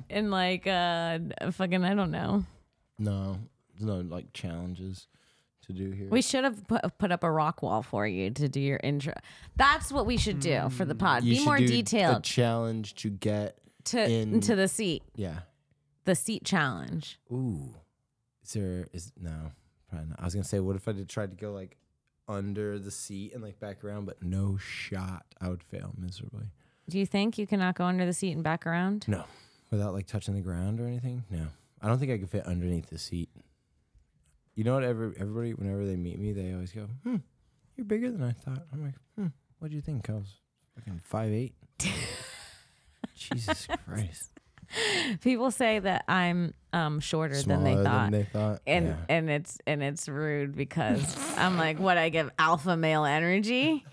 [SPEAKER 2] and like uh fucking I don't know.
[SPEAKER 5] No, there's no like challenges to do here.
[SPEAKER 2] We should have put, put up a rock wall for you to do your intro. That's what we should do for the pod.
[SPEAKER 5] Mm, You
[SPEAKER 2] Be
[SPEAKER 5] should
[SPEAKER 2] more
[SPEAKER 5] do A
[SPEAKER 2] detailed
[SPEAKER 5] challenge to get.
[SPEAKER 2] to
[SPEAKER 5] in-
[SPEAKER 2] to the seat,
[SPEAKER 5] Yeah.
[SPEAKER 2] the seat challenge.
[SPEAKER 5] Ooh.
[SPEAKER 3] Is there is no probably not. I was gonna say what if I did try to go like under the seat and like back around, but no shot. I would fail miserably.
[SPEAKER 2] Do you think you cannot go under the seat and back around?
[SPEAKER 3] No. Without like touching the ground or anything? No. I don't think I could fit underneath the seat. You know what ever everybody whenever they meet me, they always go, Hmm, you're bigger than I thought. I'm like, Hmm, what'd you think? I was fucking five eight. Jesus Christ.
[SPEAKER 2] People say that I'm um shorter than they thought.
[SPEAKER 3] they thought.
[SPEAKER 2] and
[SPEAKER 3] yeah.
[SPEAKER 2] and it's and it's rude because I'm like, what I give alpha male energy?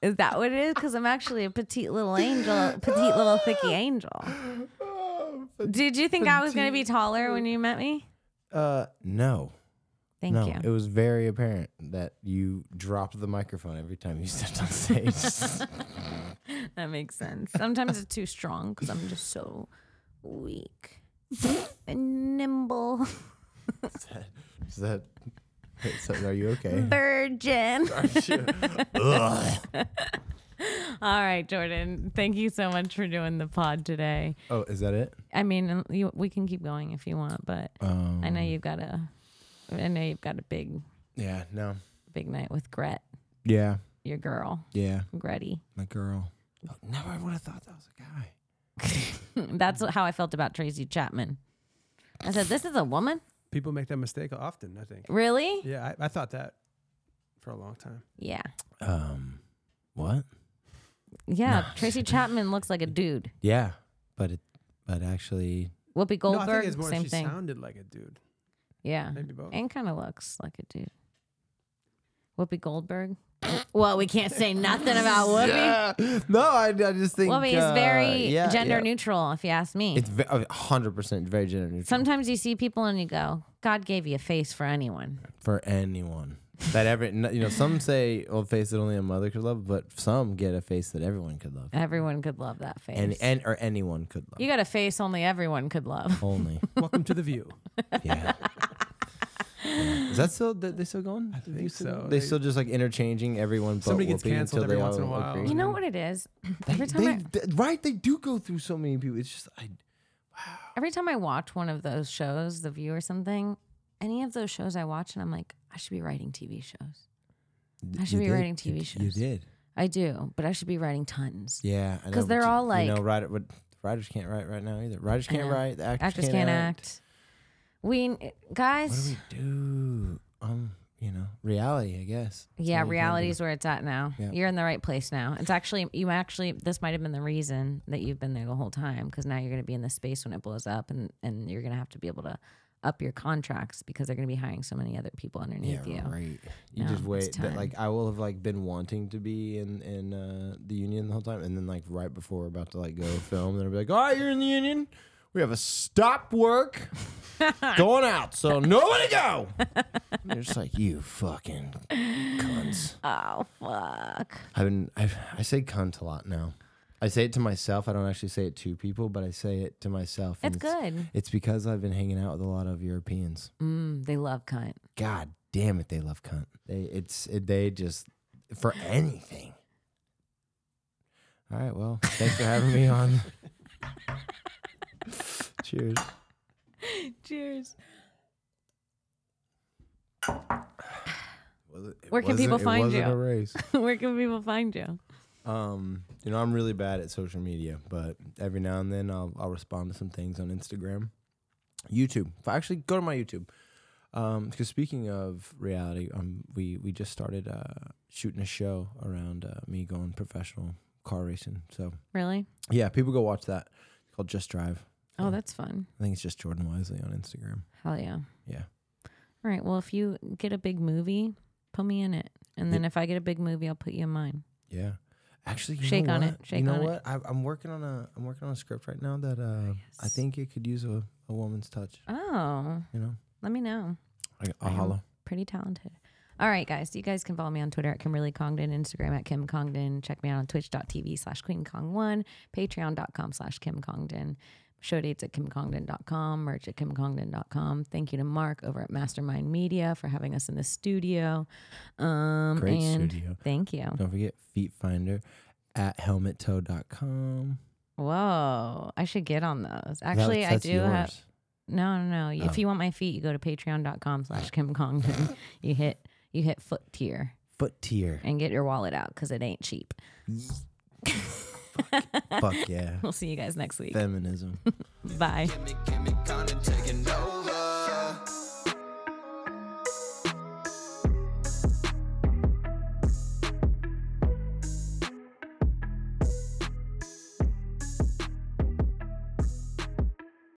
[SPEAKER 2] Is that what it is? Because I'm actually a petite little angel, petite little thicky angel. Did you think I was gonna be taller when you met me?
[SPEAKER 3] Uh no.
[SPEAKER 2] Thank
[SPEAKER 3] no.
[SPEAKER 2] you.
[SPEAKER 3] It was very apparent that you dropped the microphone every time you stepped on stage.
[SPEAKER 2] that makes sense. Sometimes it's too strong because I'm just so weak and nimble,
[SPEAKER 3] is that is that- are you okay?
[SPEAKER 2] virgin.
[SPEAKER 3] Ugh.
[SPEAKER 2] All right, Jordan. Thank you so much for doing the pod today.
[SPEAKER 3] Oh, is that it?
[SPEAKER 2] I mean, you, we can keep going if you want, but
[SPEAKER 3] Um,
[SPEAKER 2] I know you've got a, I know you've got a big,
[SPEAKER 3] Yeah, no.
[SPEAKER 2] big night with Gret,
[SPEAKER 3] Yeah,
[SPEAKER 2] your girl,
[SPEAKER 3] yeah.
[SPEAKER 2] Gretty.
[SPEAKER 3] My girl. Oh, never would have thought that was a guy.
[SPEAKER 2] That's what- how I felt about Tracy Chapman. I said, "This is a woman,
[SPEAKER 4] People make that mistake often, I think.
[SPEAKER 2] really?
[SPEAKER 4] Yeah, I, I thought that for a long time.
[SPEAKER 2] Yeah,
[SPEAKER 3] Um, what?
[SPEAKER 2] yeah." Tracy Chapman looks like a dude.
[SPEAKER 3] Yeah, but it, but actually,
[SPEAKER 2] Whoopi Goldberg,
[SPEAKER 4] no, I think it's more
[SPEAKER 2] same
[SPEAKER 4] she
[SPEAKER 2] thing.
[SPEAKER 4] sounded like a dude.
[SPEAKER 2] yeah,
[SPEAKER 4] Maybe both.
[SPEAKER 2] and kind of looks like a dude. Whoopi Goldberg. well, we can't say nothing about Whoopi.
[SPEAKER 3] no, I, I just think
[SPEAKER 2] Whoopi is
[SPEAKER 3] uh,
[SPEAKER 2] very
[SPEAKER 3] yeah,
[SPEAKER 2] gender
[SPEAKER 3] yeah.
[SPEAKER 2] neutral, if you ask me.
[SPEAKER 3] It's hundred percent very gender neutral
[SPEAKER 2] Sometimes you see people and you go, God gave you a face for anyone.
[SPEAKER 3] for anyone. That every you know, some say a face that only a mother could love, but some get a face that everyone could love,
[SPEAKER 2] Everyone could love that face.
[SPEAKER 3] and and or anyone could love.
[SPEAKER 2] you got a face only everyone could love.
[SPEAKER 3] only,
[SPEAKER 4] Welcome to the view.
[SPEAKER 3] yeah. Yeah. Is that still th- they still going? I
[SPEAKER 4] think so.
[SPEAKER 3] They
[SPEAKER 4] They-
[SPEAKER 3] still just like interchanging everyone. But
[SPEAKER 4] Somebody gets
[SPEAKER 3] Whoopi
[SPEAKER 4] canceled
[SPEAKER 3] until they
[SPEAKER 4] every once in a
[SPEAKER 3] all
[SPEAKER 4] while.
[SPEAKER 3] agree.
[SPEAKER 2] You know what it is? Every time
[SPEAKER 3] They-
[SPEAKER 2] I
[SPEAKER 3] th- right? They do go through so many people. It's just I,
[SPEAKER 2] every time I watch one of those shows, The View or something, any of those shows I watch and I'm like, I should be writing TV shows. I should
[SPEAKER 3] you
[SPEAKER 2] be
[SPEAKER 3] did.
[SPEAKER 2] writing TV
[SPEAKER 3] You-
[SPEAKER 2] shows.
[SPEAKER 3] You did,
[SPEAKER 2] I do, but I should be writing tons.
[SPEAKER 3] yeah. I know,
[SPEAKER 2] 'Cause they're
[SPEAKER 3] but you-
[SPEAKER 2] all like-
[SPEAKER 3] you know, writer, but writers can't write right now either. Writers
[SPEAKER 2] I
[SPEAKER 3] can't
[SPEAKER 2] know.
[SPEAKER 3] write. The actors,
[SPEAKER 2] Actors can't, act. We
[SPEAKER 3] What
[SPEAKER 2] guys,
[SPEAKER 3] do we do? Um, you know, reality. I guess. That's
[SPEAKER 2] Yeah,
[SPEAKER 3] what we can
[SPEAKER 2] reality
[SPEAKER 3] do.
[SPEAKER 2] is where it's at now.
[SPEAKER 3] Yeah.
[SPEAKER 2] You're in the right place now. It's actually you actually this might have been the reason that you've been there the whole time because now you're going to be in the space when it blows up and and you're going to have to be able to up your contracts because they're going to be hiring so many other people underneath
[SPEAKER 3] Yeah,
[SPEAKER 2] you.
[SPEAKER 3] right.
[SPEAKER 2] No,
[SPEAKER 3] You just
[SPEAKER 2] it's
[SPEAKER 3] wait. That,
[SPEAKER 2] time.
[SPEAKER 3] like I will have like been wanting to be in in uh, the union the whole time, and then like right before we're about to like go film, then I'll be like, "All right, you're in the union. We have a stop work going out, so nobody go." And They're just like you fucking cunts.
[SPEAKER 2] Oh fuck.
[SPEAKER 3] I've been I've, I say cunt a lot now. I say it to myself. I don't actually say it to people, but I say it to myself. and
[SPEAKER 2] It's good.
[SPEAKER 3] It's because I've been hanging out with a lot of Europeans.
[SPEAKER 2] Mm, they love cunt.
[SPEAKER 3] God damn it, they love cunt. They it's it, they just for anything. All right, well, thanks for having me on. Cheers.
[SPEAKER 2] Cheers.
[SPEAKER 3] It
[SPEAKER 2] Where can
[SPEAKER 3] wasn't-
[SPEAKER 2] people
[SPEAKER 3] it
[SPEAKER 2] find
[SPEAKER 3] wasn't
[SPEAKER 2] you?
[SPEAKER 3] A race.
[SPEAKER 2] Where can people find you?
[SPEAKER 3] Um, you know, I'm really bad at social media, but every now and then I'll I'll respond to some things on Instagram, YouTube. If I actually go to my YouTube, Um, because speaking of reality, um, we we just started uh shooting a show around uh, me going professional car racing. So
[SPEAKER 2] Really?
[SPEAKER 3] yeah, people go watch that. It's called Just Drive.
[SPEAKER 2] Oh,
[SPEAKER 3] Yeah.
[SPEAKER 2] that's fun.
[SPEAKER 3] I think it's just Jordan Wisely on Instagram.
[SPEAKER 2] Hell yeah.
[SPEAKER 3] Yeah.
[SPEAKER 2] All right. Well, if you get a big movie, put me in it. And then if I get a big movie, I'll put you in mine.
[SPEAKER 3] Yeah. Actually, you
[SPEAKER 2] Shake
[SPEAKER 3] know
[SPEAKER 2] on
[SPEAKER 3] what?
[SPEAKER 2] it, shake
[SPEAKER 3] you know
[SPEAKER 2] on it.
[SPEAKER 3] what? I, I'm working on a I'm working on a script right now that uh, I
[SPEAKER 2] Yes.
[SPEAKER 3] think it could use a, a woman's touch.
[SPEAKER 2] Oh,
[SPEAKER 3] You know,
[SPEAKER 2] let me know.
[SPEAKER 3] like a
[SPEAKER 2] I am-
[SPEAKER 3] hollow.
[SPEAKER 2] Pretty talented. All right, guys. You guys can follow me on Twitter at Kimberly Congdon, Instagram at Kim Congdon. Check me out on twitch.tv slash Queen Kong one patreon.com slash Kim Congdon. Show dates at kimcongdon.com, merch at kimcongdon.com. Thank you to Mark over at Mastermind Media for having us in the studio. Um,
[SPEAKER 3] Great
[SPEAKER 2] and
[SPEAKER 3] studio.
[SPEAKER 2] Thank you.
[SPEAKER 3] Don't forget Feet Finder at helmettoe.com.
[SPEAKER 2] Whoa, I should get on those. Actually,
[SPEAKER 3] That's-
[SPEAKER 2] I
[SPEAKER 3] that's
[SPEAKER 2] do have.
[SPEAKER 3] yours.
[SPEAKER 2] No, no, no. If
[SPEAKER 3] Oh.
[SPEAKER 2] you want my feet, you go to patreon.com slash Kim Congdon. you hit you hit foot tier
[SPEAKER 3] foot tier.
[SPEAKER 2] and get your wallet out because it ain't cheap.
[SPEAKER 3] Fuck yeah,
[SPEAKER 2] We'll see you guys next week.
[SPEAKER 3] feminism.
[SPEAKER 2] Bye.
[SPEAKER 1] Gimme, gimme, Condon taking over.